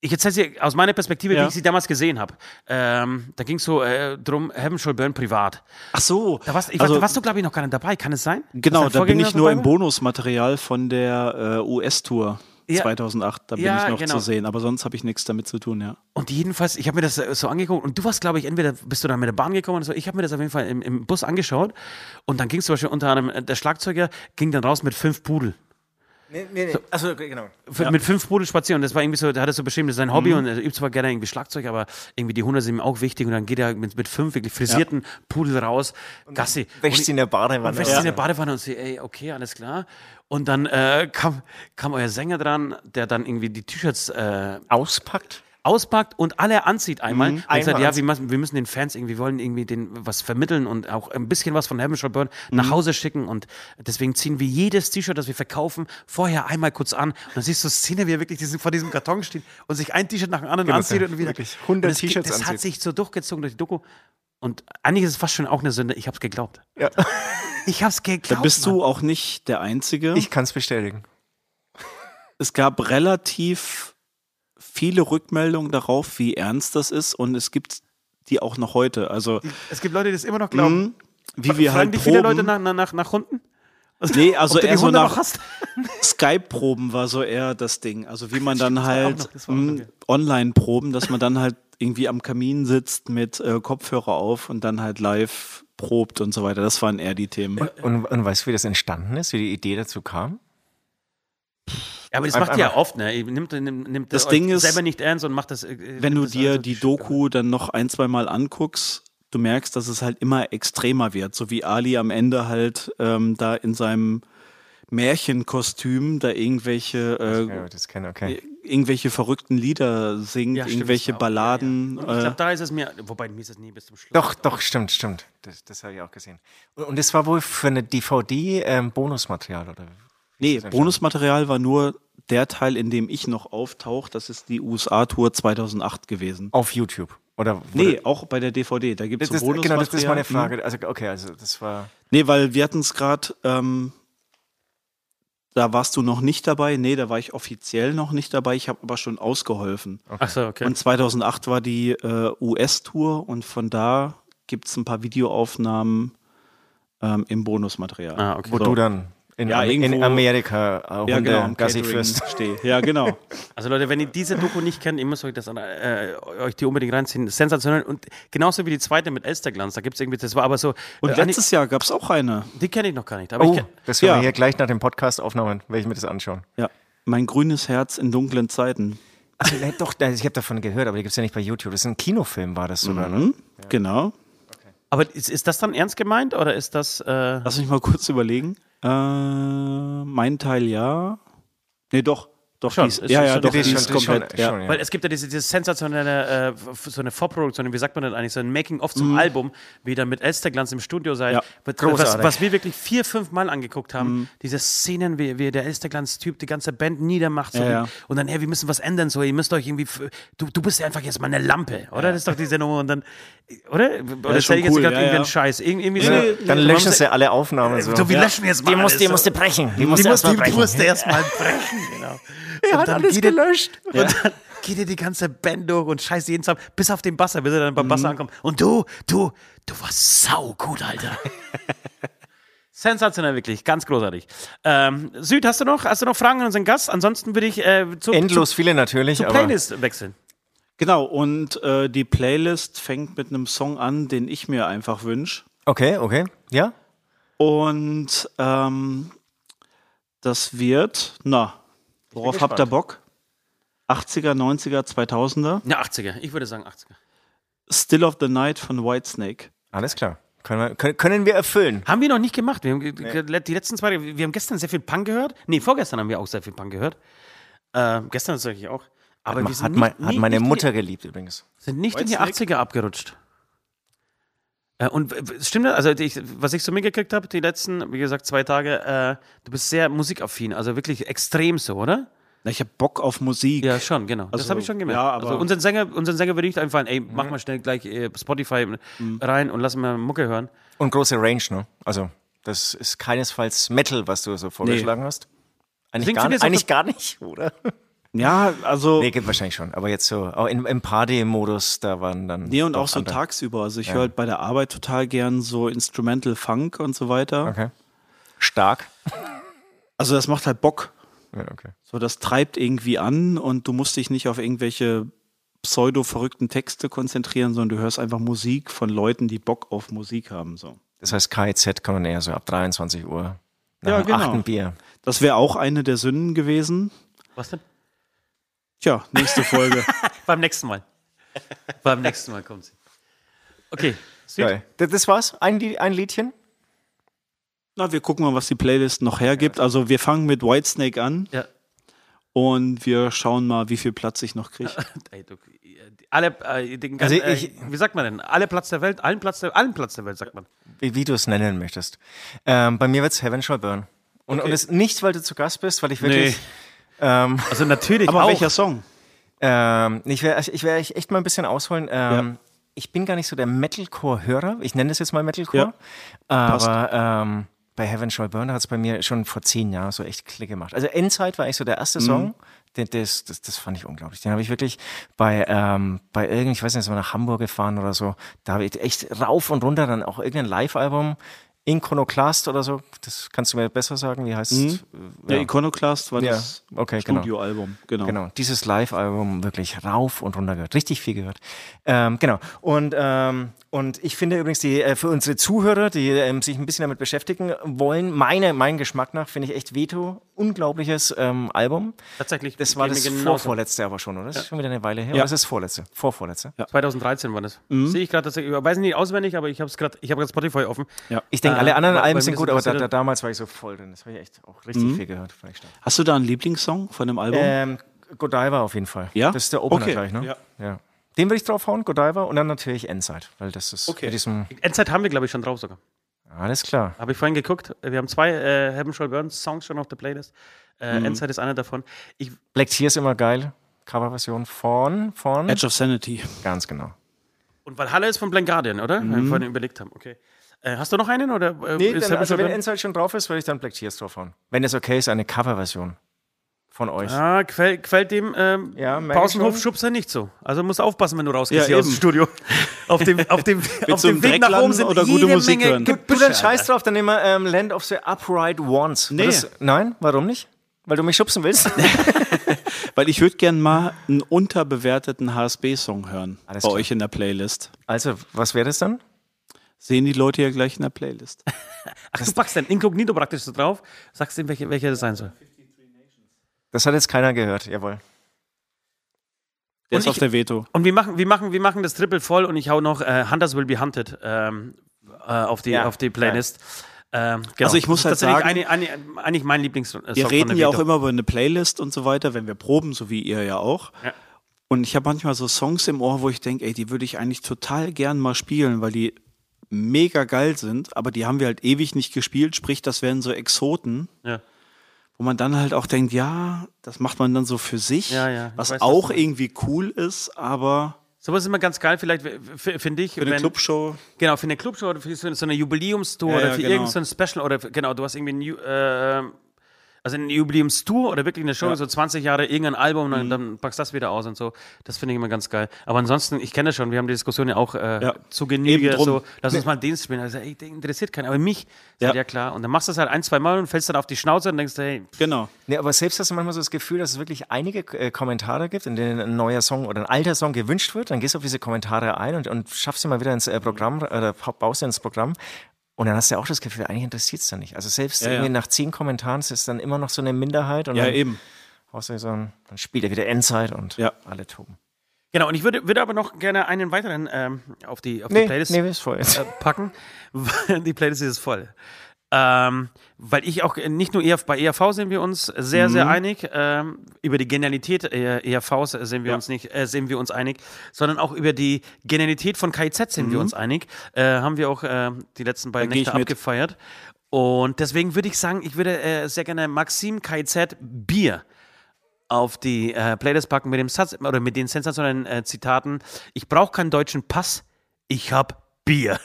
C: ich erzähle sie aus meiner Perspektive, wie
D: Ja.
C: ich sie damals gesehen habe. Ähm, da ging es so äh, drum, Heaven Shall Burn privat.
D: Ach so.
C: Da warst, ich,
D: Also-
C: da warst du, glaube ich, noch gar nicht dabei. Kann es sein?
D: Genau,
C: Dass dein
D: da bin
C: Vorgänger
D: ich nur
C: dabei
D: im
C: war?
D: Bonusmaterial von der äh, US-Tour
C: Ja.
D: 2008. Da bin
C: Ja,
D: ich noch
C: genau.
D: zu sehen, aber sonst habe ich nichts damit zu tun, ja.
C: Und jedenfalls, ich habe mir das äh, so angeguckt und du warst, glaube ich, entweder bist du dann mit der Bahn gekommen oder so. Ich habe mir das auf jeden Fall im, im Bus angeschaut und dann ging zum Beispiel unter anderem, äh, der Schlagzeuger ging dann raus mit fünf Pudel.
B: Nee, nee, nee. Achso, genau.
C: F Mit fünf Pudel spazieren. Das war irgendwie so, da hat er so beschrieben, das ist sein Hobby und er übt zwar gerne irgendwie Schlagzeug, aber irgendwie die Hunde sind ihm auch wichtig und dann geht er halt mit, mit fünf wirklich frisierten Pudel raus, Gassi.
B: Wächst
C: Und-
B: sie in der Badewanne.
C: Und wäscht sie in der Badewanne und sie, ey, okay, alles klar. Und dann äh, kam, kam euer Sänger dran, der dann irgendwie die T-Shirts äh,
B: Auspackt?
C: auspackt und alle anzieht einmal.
D: Mhm.
C: Und
B: einmal
C: sagt, ja,
B: anziehen.
C: wir, müssen- wir müssen den Fans irgendwie, wir wollen irgendwie den was vermitteln und auch ein bisschen was von Heaven Shall Burn
D: Mhm.
C: nach Hause schicken. Und deswegen ziehen wir jedes T-Shirt, das wir verkaufen, vorher einmal kurz an. Und dann siehst du Szene, wie er wirklich diesen, vor diesem Karton steht und sich ein T-Shirt nach dem anderen
D: Genau,
C: anzieht
B: ja.
C: und wieder.
B: Wirklich 100
C: Und das-
B: T-Shirts
C: Das hat
B: anzieht.
C: sich so durchgezogen durch die Doku. Und eigentlich ist es fast schon auch eine Sünde. Ich hab's geglaubt.
B: Ja.
C: Ich hab's geglaubt.
D: Da bist du auch nicht der Einzige.
B: Ich kann es bestätigen.
D: es gab relativ viele Rückmeldungen darauf, wie ernst das ist und es gibt die auch noch heute. Also
C: Es gibt Leute, die das immer noch glauben.
D: mh, Mhm. wie wir
C: Fragen
D: halt
C: dich
D: proben.
C: viele Leute nach, nach- nach, nach Hunden?
D: nee, also
C: Ob du die
D: eher so
C: Hunde noch
D: nach
C: hast?
D: Skype-Proben war so eher das Ding. Also wie man dann halt
C: noch, das war auch noch,
D: mh,
C: ja.
D: Online-Proben, dass man dann halt irgendwie am Kamin sitzt mit äh, Kopfhörer auf und dann halt live probt und so weiter. Das waren eher die Themen.
B: Und, und weißt du, wie das entstanden ist, wie die Idee dazu kam?
C: Ja, aber das
B: Einfach-
C: macht ihr ja oft, ne? Ihr nimmt, nimmt, nimmt
D: Das
C: euch
D: Ding ist,
C: selber nicht ernst und macht das. äh,
D: wenn
C: nimmt
D: du
C: das
D: dir
C: also-
D: die Doku dann noch ein, zweimal anguckst, du merkst, dass es halt immer extremer wird. So wie Ali am Ende halt ähm, da in seinem Märchenkostüm da irgendwelche,
B: Ja, das kenne okay.
D: äh, irgendwelche verrückten Lieder singt,
C: Ja, stimmt,
D: irgendwelche
C: das war auch-
D: Balladen.
C: Und ich
D: äh,
C: glaube, da ist es mir. Wobei, mir ist es nie bis zum Schluss.
B: Doch, doch, stimmt, stimmt. Das, das habe ich auch gesehen. Und, und das war wohl für eine DVD ähm, Bonusmaterial, oder?
D: Nee, Bonusmaterial war nur der Teil, in dem ich noch auftauche. Das ist die USA-Tour 2008 gewesen.
B: Auf YouTube. Oder
D: Nee, auch bei der DVD. Da gibt es
B: das,
D: so
B: das, genau, das ist
D: Bonusmaterial. Mhm.
B: meine Frage. Also, okay, also das war.
D: Nee, weil wir hatten es gerade, ähm, da warst du noch nicht dabei. Nee, da war ich offiziell noch nicht dabei. Ich habe aber schon ausgeholfen.
C: Achso, okay.
D: Und 2008 war die äh, US-Tour und von da gibt es ein paar Videoaufnahmen ähm, im Bonusmaterial.
C: Ah, okay.
B: Wo du dann in,
D: Ja,
B: Am- in
D: irgendwo-
B: Amerika äh,
D: ja,
B: Hunde
D: genau, am
B: Gassi
D: Catering
B: führst.
D: stehe. Ja, genau.
C: Also Leute, wenn ihr diese Doku nicht kennt, ihr müsst euch das an, äh, euch die unbedingt reinziehen. Sensationell. Und genauso wie die zweite mit Elsterglanz, da gibt es irgendwie, das war aber so.
D: Und
C: äh,
D: letztes Jahr gab es auch eine.
C: die die kenne ich noch gar nicht. Aber ich
B: Oh,
C: kenn,
B: das werden wir
D: Ja.
B: hier gleich nach dem Podcast aufnehmen, werde ich mir das anschauen.
D: Ja. Mein grünes Herz in dunklen Zeiten.
B: Also, nee, doch, nein, ich habe davon gehört, aber die gibt es ja nicht bei YouTube. Das ist ein Kinofilm, war das sogar, ne?
D: Hm? Genau.
C: aber ist, ist das dann ernst gemeint oder ist das. Äh,
D: Lass mich mal kurz überlegen. Äh, mein Teil ja. Nee, doch. Doch,
C: Schon,
D: dies,
C: ist
D: ja,
C: schon-
D: ja,
C: schon-
D: doch,
C: die
B: ist
D: dies
B: schon- die ist schon-
D: komplett. ja.
B: schon, ja.
C: Weil es gibt ja diese, diese sensationelle, äh, f- so eine Vorproduktion, wie sagt man das eigentlich, so ein Making-of zum Album, wie dann mit Elsterglanz im Studio seid.
D: Ja.
C: Was, was,
B: Großartig.
C: was wir wirklich vier, fünf Mal angeguckt haben, diese Szenen, wie, wie der Elsterglanz-Typ die ganze Band niedermacht so
D: Ja,
C: wie-
D: ja.
C: und dann, hey, wir müssen was ändern, so, ihr müsst euch irgendwie, f- du, du bist ja einfach jetzt mal eine Lampe, oder? Das ist doch diese Nummer und dann, oder? Oder
D: ist
C: stell ich
D: schon
C: jetzt
D: cool,
C: gerade
D: ja,
C: irgendwie
D: ja.
C: einen Scheiß? Irg irgendwie so,
B: Ja, dann
C: Man
B: löschen
C: muss-
B: sie Also, alle Aufnahmen. So.
C: so, wir löschen jetzt mal
B: Die
C: alles,
B: musste, die
C: so.
B: musste brechen. Die
C: Die
B: musste
C: musste,
B: erstmal
C: die
B: brechen.
C: musste erstmal brechen, genau.
B: Er hat alles gelöscht.
C: Und dann geht dir die ganze Band durch und scheißt jeden zusammen, bis auf den Basser, bis er dann beim Basser ankommt. Und du, du, du warst saugut, Alter. Sensationell, wirklich, ganz großartig. Ähm, Süd, hast du noch, hast du noch Fragen an unseren Gast? Ansonsten würde ich äh, zu,
B: Endlos viele natürlich,
C: zu, zu
B: aber
C: Playlist wechseln.
D: Genau, und äh, die Playlist fängt mit einem Song an, den ich mir einfach wünsche.
B: okay, okay, ja.
D: Und ähm, das wird, na, worauf habt ihr Bock? 80er, 90er, 2000er.
C: Ja, 80er, ich würde sagen 80er.
D: Still of the Night von Whitesnake.
B: Alles klar. Können wir, können, können wir erfüllen.
C: Haben wir noch nicht gemacht. Wir haben ge- ge- die letzten zwei, wir haben gestern sehr viel Punk gehört. Nee, vorgestern haben wir auch sehr viel Punk gehört. Äh, gestern natürlich auch. Aber wir sind
B: Hat,
C: nicht,
B: mein,
C: nie-
B: hat meine
C: nicht in die-
B: Mutter geliebt übrigens.
C: sind nicht in die
D: Whitesnake?
C: 80er abgerutscht. Äh, Und w- w- stimmt das? Also, ich, was ich so mitgekriegt habe, die letzten, wie gesagt, zwei Tage, äh, du bist sehr musikaffin, also wirklich extrem so, oder?
D: Na, ich hab Bock auf Musik.
C: Ja, schon, genau. das
D: Also,
C: habe ich schon gemerkt.
D: ja, aber-
C: also unseren Sänger, unseren Sänger würde ich einfallen, ey, mach mal schnell gleich äh, Spotify rein und lass mal Mucke hören.
B: Und große Range, ne? Also, das ist keinesfalls Metal, was du so vorgeschlagen hast. Eigentlich,
C: Singt
B: gar,
C: sie das auf
B: eigentlich gar nicht, oder?
D: Ja, also.
B: Nee,
D: Nee,
B: gibt wahrscheinlich schon. Aber jetzt so, auch im, im Party-Modus, da waren dann.
D: und
B: doch
D: auch so
B: andere.
D: tagsüber. Also ich höre halt bei der Arbeit total gern so Instrumental Funk und so weiter.
B: Okay. Stark.
D: Also das macht halt Bock.
B: Ja, okay.
D: So, das treibt irgendwie an und du musst dich nicht auf irgendwelche pseudo-verrückten Texte konzentrieren, sondern du hörst einfach Musik von Leuten, die Bock auf Musik haben. So.
B: Das heißt, KIZ kann man eher so ab 23 Uhr nach
D: Ja,
B: dem
D: genau.
B: achten Bier.
D: Das wäre auch eine der Sünden gewesen.
C: Was denn?
D: Tja, nächste Folge.
C: Beim nächsten Mal. Beim nächsten Mal kommt sie. Okay, Süd.
B: Geil. Das, das war's? Ein, Lied- ein Liedchen?
D: Na, wir gucken mal, was die Playlist noch hergibt. Also wir fangen mit Whitesnake an
C: Ja.
D: und wir schauen mal, wie viel Platz ich noch
B: Äh,
D: kriege.
C: Ey, du, äh, alle, äh, den,
B: Also
C: ganzen, äh,
B: ich-
C: wie sagt man denn? Alle Platz der Welt, allen Platz der, allen Platz der Welt, sagt man.
B: wie, wie du es nennen möchtest. Ähm, bei mir wird's Heaven Shall Burn. Und, und es nicht, weil du zu Gast bist, weil ich wirklich. Ähm,
C: Also natürlich
D: Aber
C: auch.
D: welcher Song?
B: ähm, ich werde ich werd echt mal ein bisschen ausholen. Ähm, Ich bin gar nicht so der Metalcore-Hörer. Ich nenne das jetzt mal Metalcore. aber ähm, bei Heaven Shall Burn hat's bei mir schon vor zehn Jahren so echt Klick gemacht. Also Endzeit war eigentlich so der erste Song. Den- Das, das, das fand ich unglaublich. Den habe ich wirklich bei, ähm, bei irgend, ich weiß nicht, sind wir nach Hamburg gefahren oder so. Da habe ich echt rauf und runter dann auch irgendein Live-Album. Iconoclast oder so, das kannst du mir besser sagen, wie heißt
D: Der Iconoclast war
B: Ja,
D: das
B: okay, genau.
D: Studioalbum. Genau.
B: Genau, dieses Live-Album wirklich rauf und runter gehört, richtig viel gehört. Ähm, genau, und, ähm, und ich finde übrigens, die, äh, für unsere Zuhörer, die ähm, sich ein bisschen damit beschäftigen wollen, meine, meinen Geschmack nach, finde ich echt Veto, unglaubliches ähm, Album.
C: Tatsächlich.
B: Das war
C: geht
B: das
C: mir genauso.
B: vorvorletzte aber schon, oder? Das ist schon wieder eine Weile her.
D: Ja.
B: Oder das ist vorletzte, vorvorletzte.
C: 2013 war das.
B: Mhm.
C: Sehe ich gerade tatsächlich. Ich weiß nicht auswendig, aber ich habe gerade ich habe gerade Spotify offen.
D: Ja.
B: Ich denke,
C: Ähm,
B: alle anderen
C: bei- bei
B: Alben
C: mir
B: sind
C: ist
B: gut,
C: es
B: aber da,
C: passiert- Mhm.
B: da, damals war ich so voll drin. Das habe ich echt auch richtig viel gehört. Fand ich stark.
D: Hast du da einen Lieblingssong von dem Album?
B: Ähm, Godiva auf jeden Fall.
D: Ja?
B: Das ist der Opener
D: Okay.
B: gleich, ne?
D: Ja.
B: ja. Den würde ich draufhauen, Godiva, und dann natürlich Endzeit, weil das ist
D: Okay.
B: mit diesem.
C: Endzeit haben wir, glaube ich, schon drauf sogar.
B: Alles klar.
C: Habe ich vorhin geguckt. Wir haben zwei äh, Heaven Shall Burn Songs schon auf der Playlist. Äh,
B: Mhm.
C: Endzeit ist einer davon. Ich,
B: Black Tear ist immer geil. Coverversion von, von.
D: Edge of Sanity.
B: Ganz genau.
C: und Valhalla ist von Blank Guardian, oder? Wenn wir vorhin überlegt haben. Okay. Äh, hast du noch einen? Oder, äh,
B: Mhm. Nee,
C: ist
B: dann,
C: Heaven
B: also
C: Shall
B: wenn
C: Burn-
B: Endzeit schon drauf ist, würde ich dann Black Tears draufhauen. Wenn es okay ist, eine Coverversion von euch.
C: Ah, quält, quält dem ähm,
B: Ja, merke ich schon.
C: Pausenhof-Schubser nicht so. Also musst du aufpassen, wenn du rausgehst
D: Ja,
C: hier aus dem
D: eben.
C: Studio. Auf dem, auf dem, auf
D: so
C: dem
D: einem
C: Weg
D: Dreck
C: nach oben
D: landen
C: sind
D: oder
C: jede
D: gute Musik
C: Menge
D: hören.
C: Gebüsche,
B: Du dann
C: Alter.
B: scheiß drauf, dann nehmen wir ähm, Land of the Upright Ones. Wird
D: Nee.
B: Das, nein, warum nicht? Weil du mich schubsen willst?
D: Weil ich würde gern mal einen unterbewerteten HSB-Song hören.
B: Alles
D: bei
B: klar.
D: euch in der Playlist.
B: also, was wäre das dann?
D: Sehen die Leute ja gleich in der Playlist.
C: Ach, du packst dann inkognito praktisch so drauf, sagst ihm, welcher welche das sein soll.
B: Das hat jetzt keiner gehört, jawohl.
D: Der
C: Und
D: ist auf
C: ich-
D: der Veto.
C: Und wir machen, wir machen, wir machen das Triple voll und ich hau noch äh, Hunters Will Be Hunted ähm, äh, auf, die,
B: Ja,
C: auf die Playlist. Ähm, genau.
D: Also ich muss
C: das ist
D: halt
C: tatsächlich
D: sagen-
C: eine, eine, eigentlich mein Lieblingssong. äh, Song
D: Wir
C: von
D: reden
C: der
D: ja auch
C: Vito.
D: immer über eine Playlist und so weiter, wenn wir proben, so wie ihr ja auch.
C: Ja.
D: Und ich habe manchmal so Songs im Ohr, wo ich denke, ey, die würde ich eigentlich total gern mal spielen, weil die mega geil sind, aber die haben wir halt ewig nicht gespielt, sprich, das wären so Exoten,
C: Ja.
D: wo man dann halt auch denkt, ja, das macht man dann so für sich,
C: Ja, ja, ich
D: was
C: weiß, was
D: auch
C: du meinst.
D: irgendwie cool ist, aber
C: Sowas ist immer ganz geil, vielleicht f- finde ich.
D: für eine
C: wenn-
D: Clubshow
C: Genau, für eine Clubshow oder für so so eine Jubiläumstour
D: Ja,
C: oder
D: ja,
C: für
D: genau.
C: irgendein Special oder für, genau, du hast irgendwie ein Ju- ähm, Also eine Jubiläumstour oder wirklich eine Show, so 20 Jahre irgendein Album und
D: Mhm.
C: dann, dann packst du das wieder aus und so. Das finde ich immer ganz geil. Aber ansonsten, ich kenne das schon, wir haben die Diskussion ja auch äh,
D: Ja.
C: zu
D: Eben
C: Genüge.
D: drum.
C: So, lass uns mal den spielen. Also, ey, den interessiert keinen. Aber mich,
D: Ja.
C: ja. ja klar. Und dann machst du das halt ein, zwei Mal und fällst dann auf die Schnauze und denkst, hey,
D: Genau.
B: Nee, aber selbst hast du manchmal so das Gefühl, dass es wirklich einige äh, Kommentare gibt, in denen ein neuer Song oder ein alter Song gewünscht wird. Dann gehst du auf diese Kommentare ein und, und schaffst sie mal wieder ins äh, Programm oder pa- baust sie ins Programm. Und dann hast du ja auch das Gefühl, eigentlich interessiert es dann nicht. Also selbst
D: ja.
B: irgendwie nach zehn Kommentaren ist es dann immer noch so eine Minderheit. Und
D: Ja,
B: dann
D: eben.
B: haust du so ein, dann spielt er wieder Endzeit und
D: Ja.
B: alle toben.
C: Genau, und ich würde, würde aber noch gerne einen weiteren ähm, auf die, auf die
B: Nee,
C: Playlist
B: nee, ist voll jetzt.
C: äh, packen. weil die Playlist ist voll. Ähm, weil ich auch äh, nicht nur ERV, bei ERV sind wir uns sehr,
D: Mhm.
C: sehr einig. Ähm, über die Genialität äh, ERVs sind wir uns nicht, äh, sind wir uns einig, sondern auch über die Genialität von KIZ sind wir uns einig. Äh, haben wir auch äh, die letzten beiden
D: Mhm. geh ich
C: Nächte
D: mit.
C: abgefeiert. Und deswegen würde ich sagen, ich würde äh, sehr gerne Maxim KIZ Bier auf die äh, Playlist packen mit dem Satz oder mit den sensationellen äh, Zitaten. Ich brauche keinen deutschen Pass, ich hab Bier.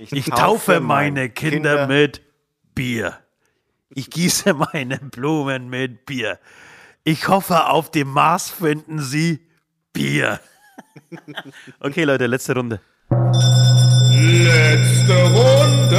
C: Ich, taufe meine Kinder, mit Bier. Ich gieße meine Blumen mit Bier. Ich hoffe, auf dem Mars finden sie Bier. okay, Leute, letzte Runde.
A: Letzte Runde.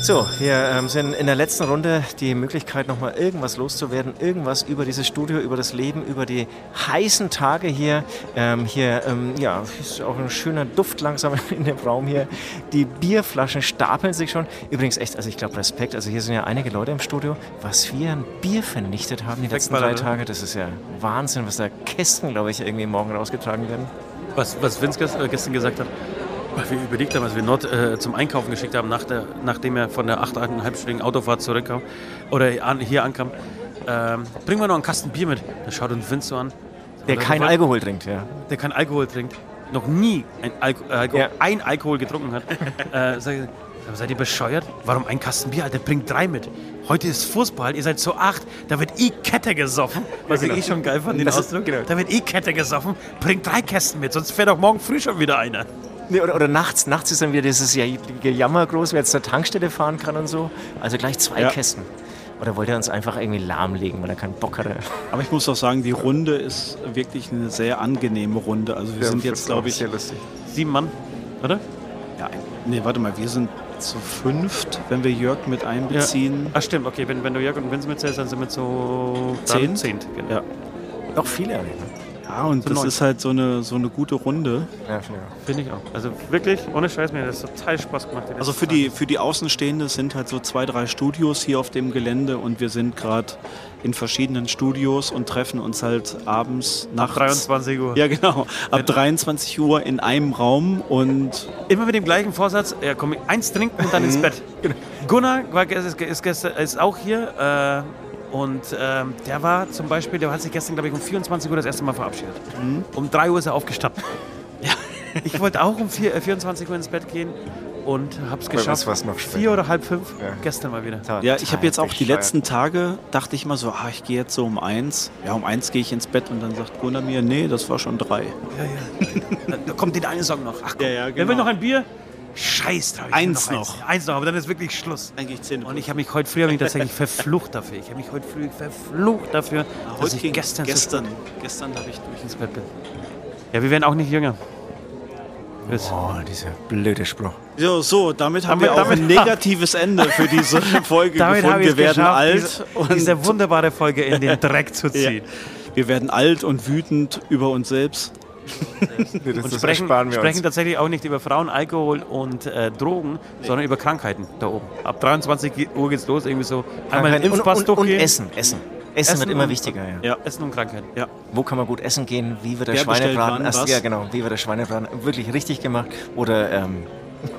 B: So, wir ähm, sind in der letzten Runde die Möglichkeit, nochmal irgendwas loszuwerden, irgendwas über dieses Studio, über das Leben, über die heißen Tage hier. Ähm, hier, ähm, ja, ist auch ein schöner Duft langsam in dem Raum hier. Die Bierflaschen stapeln sich schon. Übrigens echt, also ich glaube Respekt, also hier sind ja einige Leute im Studio, was wir an Bier vernichtet haben die letzten drei
C: Wegballert, ne?
B: Tage. Das ist ja Wahnsinn, was da Kästen, glaube ich, irgendwie morgen rausgetragen werden.
C: Was, was Vince gest- äh, gestern gesagt hat, weil wir überlegt haben, als wir Nord äh, zum Einkaufen geschickt haben, nach der, nachdem er von der 8,5-stündigen Autofahrt zurückkam oder an, hier ankam, ähm, bringen wir noch einen Kasten Bier mit. Da schaut uns Vince so an,
B: Der
C: Also
B: keinen Alkohol trinkt, ja.
C: der kein Alkohol trinkt, noch nie ein, Alko äh, Alkohol,
B: Ja.
C: ein Alkohol getrunken hat. äh, sag ich, aber seid ihr bescheuert? Warum ein Kasten Bier? Alter, bringt drei mit. Heute ist Fußball, ihr seid zu acht, da wird eh Kette gesoffen. Was ich eh schon geil fand, den
B: Das ist-
C: Ausdruck.
B: genau.
C: Da wird eh Kette gesoffen, bringt drei Kästen mit, sonst fährt auch morgen früh schon wieder einer.
B: Nee, oder, oder nachts, nachts ist dann wieder dieses Ja- Gejammer groß, wer jetzt zur Tankstelle fahren kann und so. Also gleich zwei
D: Ja.
B: Kästen. Oder wollte er uns einfach irgendwie lahmlegen, weil er keinen Bock hatte?
D: Aber ich muss auch sagen, die Runde ist wirklich eine sehr angenehme Runde. Also wir sind jetzt, glaube ich,
B: lustig.
C: Sieben Mann, oder?
D: ja, nee, warte mal, wir sind zu fünft, wenn wir Jörg mit einbeziehen.
C: Ach stimmt, okay, wenn, wenn du Jörg und Vince mitzählst, dann sind wir zu
D: Zehn?
C: dann Zehnt, genau.
D: Ja,
B: Noch viele. Ne?
D: ja. und das
C: neun.
D: ist halt so eine, so eine gute Runde.
B: Ja, finde ich
C: Finde ich auch. Also wirklich, ohne Scheiß, mir hat das total Spaß gemacht.
D: Also für die, für die Außenstehende sind halt so zwei, drei Studios hier auf dem Gelände und wir sind gerade in verschiedenen Studios und treffen uns halt abends, nachts.
C: 23 Uhr.
D: Ja, genau. Ab 23 Uhr in einem Raum und
C: Immer mit dem gleichen Vorsatz, ja komm, eins trinken und dann
D: Mhm.
C: ins Bett.
D: Genau.
C: Gunnar war, ge- ist, ist, gestern, ist auch hier äh, und ähm, der war zum Beispiel, der hat sich gestern, glaube ich, um 24 Uhr das erste Mal verabschiedet.
D: Mhm.
C: Um 3 Uhr ist er aufgestanden. Ich wollte auch um vier, äh, 24 Uhr ins Bett gehen und hab's
B: uns
C: geschafft.
B: war's noch später.
C: Vier oder halb fünf, gestern mal wieder.
B: auch.
D: Ja, ich habe jetzt auch die
B: Total
D: letzten Tage, dachte ich immer so, ah, ich gehe jetzt so um eins. Ja, um eins gehe ich ins Bett und dann sagt Gunnar mir, nee, das war schon drei.
C: Da kommt den einen Song noch. Ach komm,
D: Ja, ja,
C: wer
D: genau.
C: will noch ein Bier? Scheiß drauf. ich will
D: Eins
C: Eins.
D: noch.
C: eins noch, aber dann ist wirklich Schluss.
D: Eigentlich zehn.
C: Und ich habe mich heute früh hab ich tatsächlich verflucht dafür. Ich habe mich heute früh verflucht dafür, dass ich gestern, so
D: gestern, gestern habe ich durch.
C: ins Bett bin. Ja, wir werden auch nicht jünger. Bis.
B: Oh, dieser blöde Spruch.
D: So, so, damit, haben wir
C: Damit-
D: auch ein negatives Ende für diese Folge gefunden.
C: ich's
D: Wir werden
C: geschafft,
D: alt
C: diese, diese wunderbare Folge in den Dreck zu
D: ja,
C: ziehen.
D: wir werden alt und wütend über uns selbst.
C: Und sprechen, sprechen tatsächlich auch nicht über Frauen, Alkohol und äh, Drogen, sondern über Krankheiten da oben. Ab 23 ge- Uhr geht's los, irgendwie so. Einmal einen
B: und,
C: Impfpass
B: und, und
C: durchgehen.
B: Essen, Essen. Essen,
C: Essen
B: wird immer
C: und-
B: wichtiger, ja.
D: Ja.
C: Essen und Krankheiten.
B: Wo kann man gut essen gehen? Wie wird der
D: Wer bestellt
B: Schweinebraten?
D: wann
B: erst-
D: was?
B: ja, genau. Wie wird der Schweinebraten wirklich richtig gemacht? Oder ähm,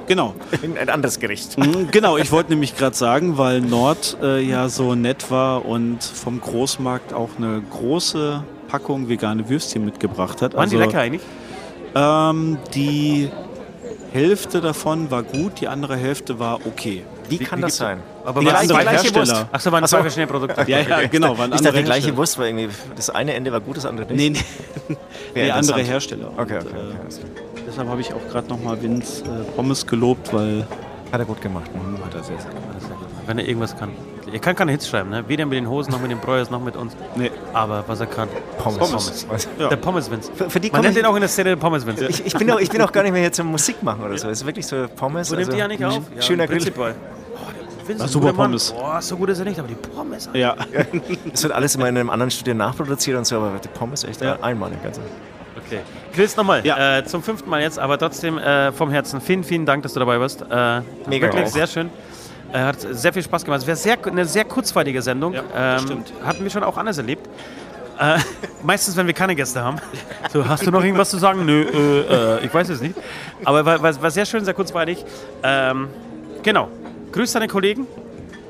D: Genau.
B: ein anderes Gericht?
D: Mhm, Genau, ich wollte nämlich gerade sagen, weil Nord äh, ja so nett war und vom Großmarkt auch eine große Packung vegane Würstchen mitgebracht hat.
C: Waren die lecker eigentlich?
D: Ähm, die Hälfte davon war gut, die andere Hälfte war okay.
B: Wie kann das sein?
C: Aber
D: Die
C: waren
D: andere
C: zwei gleiche
D: Hersteller.
C: Wurst? Ach so, waren
B: Ach so.
C: zwei verschiedene Produkte.
D: Ja, ja, genau. Waren
B: Ich dachte, die gleiche
D: Hersteller.
B: Wurst war irgendwie. Das eine Ende war gut, das andere nicht.
D: Nee, nee,
B: Wäre
D: nee andere
B: interessant.
D: Hersteller.
B: Okay,
D: Und,
B: okay, okay. alles klar.
D: Äh, deshalb habe ich auch gerade nochmal Vince äh, Pommes gelobt, weil
B: Hat er gut gemacht. Ne?
D: hat er sehr, sehr
C: Wenn er irgendwas kann. tatsächlich. Er kann keine Hits schreiben, ne? Weder mit den Hosen, noch mit den Breuers, noch mit uns.
D: Nee.
C: Aber was er kann.
B: Pommes. Pommes. Also,
C: Der Pommes Vince.
B: Für, für die
C: Man
B: komme
C: nennt
B: ich,
C: den auch in der Szene den Pommes Vince.
B: ich, ich, bin auch, ich bin auch gar nicht mehr hier zum Musik machen oder so. Es ist wirklich so Pommes. mhm.
C: Wo nimmt die ja nicht auf? Ja,
B: Also, schöner
C: im
B: Grill.
C: Prinzip bei. Oh, der Vince
D: Na,
C: ist ein
D: super
C: guter Mann.
D: Pommes.
C: Boah, so gut ist er nicht, aber die Pommes. Alter.
D: Ja.
B: Es wird alles immer in einem anderen Studio nachproduziert und so, aber die Pommes echt ja. einmalig. Also.
C: Okay. Chris, nochmal.
D: Ja.
C: Äh, zum fünften Mal jetzt, aber trotzdem äh, vom Herzen. Vielen, vielen Dank, dass du dabei warst. Äh,
B: Mega
C: Wirklich
B: auch.
C: sehr schön. Äh, hat sehr viel Spaß gemacht. Es wäre sehr, eine sehr kurzweilige Sendung.
D: Ja, das
C: ähm,
D: stimmt.
C: hatten wir schon auch anders erlebt. Äh, meistens, wenn wir keine Gäste haben. So, hast du noch irgendwas zu sagen? Nö, äh, äh, ich weiß es nicht. Aber war, war, war sehr schön, sehr kurzweilig. Ähm, genau. Grüß deine Kollegen.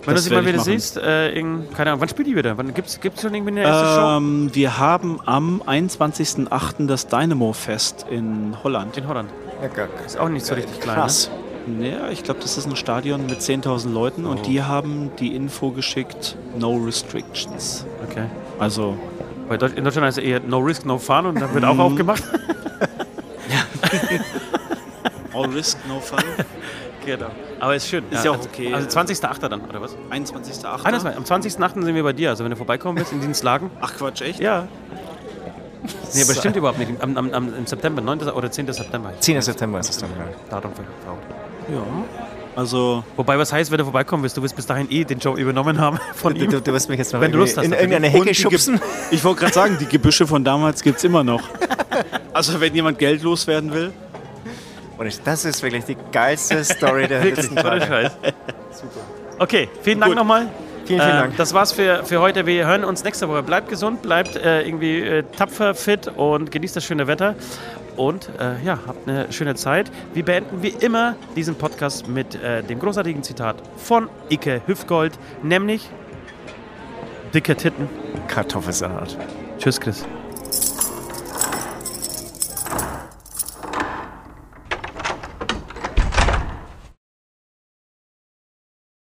C: Wenn
D: Das
C: du sie mal
D: werde ich
C: wieder
D: machen.
C: siehst, äh, in, keine Ahnung, wann spielt die wieder? Wann gibt's, gibt's schon irgendwie eine erste Show?
D: Ähm, wir haben am 21.08. das Dynamo Fest in Holland.
C: In Holland.
B: Ja, geil.
C: Ist auch nicht
B: Äh,
C: so richtig klein. Ne?
D: Krass. Ja, ich glaube, das ist ein Stadion mit 10.000 Leuten und die haben die Info geschickt, no restrictions.
C: Okay.
D: Also,
C: Bei Deutsch, in Deutschland heißt es eher No Risk, No Fun und dann wird auch aufgemacht.
D: all risk, no fun.
C: Genau. Aber ist schön.
D: Ist ja auch okay.
C: Also 20.8. dann, oder was?
D: 21.08.
C: Ah, das war, am 20.8. sind wir bei dir. Also wenn du vorbeikommen willst in Dienstlagen.
D: Ach Quatsch, echt?
C: Ja. Nee, aber stimmt überhaupt nicht. Am, am, am, Im September, 9. oder 10. September.
B: 10. September ist es dann. Ja.
C: Datum verkauft.
D: Ja. Also,
C: Wobei, was heißt, wenn du vorbeikommen willst? Du wirst bis dahin eh den Job übernommen haben von
B: Du,
C: ihm.
B: du, du wirst mich jetzt noch
C: Wenn du
B: irgendwie
C: Lust hast,
B: in
C: natürlich.
B: irgendeine
D: Und
B: Hecke
D: die
B: schubsen.
D: ich wollte gerade sagen, die Gebüsche von damals gibt es immer noch. Also, wenn jemand Geld loswerden will.
B: Und ich, das ist wirklich die geilste Story der
C: Wirklich,
B: letzten
C: ohne
B: Tage.
C: Scheiß. Super. Okay, vielen Dank nochmal.
B: Vielen, vielen
C: Ähm,
B: Dank.
C: Das war's für, für heute. Wir hören uns nächste Woche. Bleibt gesund, bleibt äh, irgendwie äh, tapfer, fit und genießt das schöne Wetter. Und äh, ja, habt eine schöne Zeit. Wir beenden wie immer diesen Podcast mit äh, dem großartigen Zitat von Ike Hüfgold, nämlich dicke Titten.
B: Kartoffelsalat.
C: Tschüss, Chris.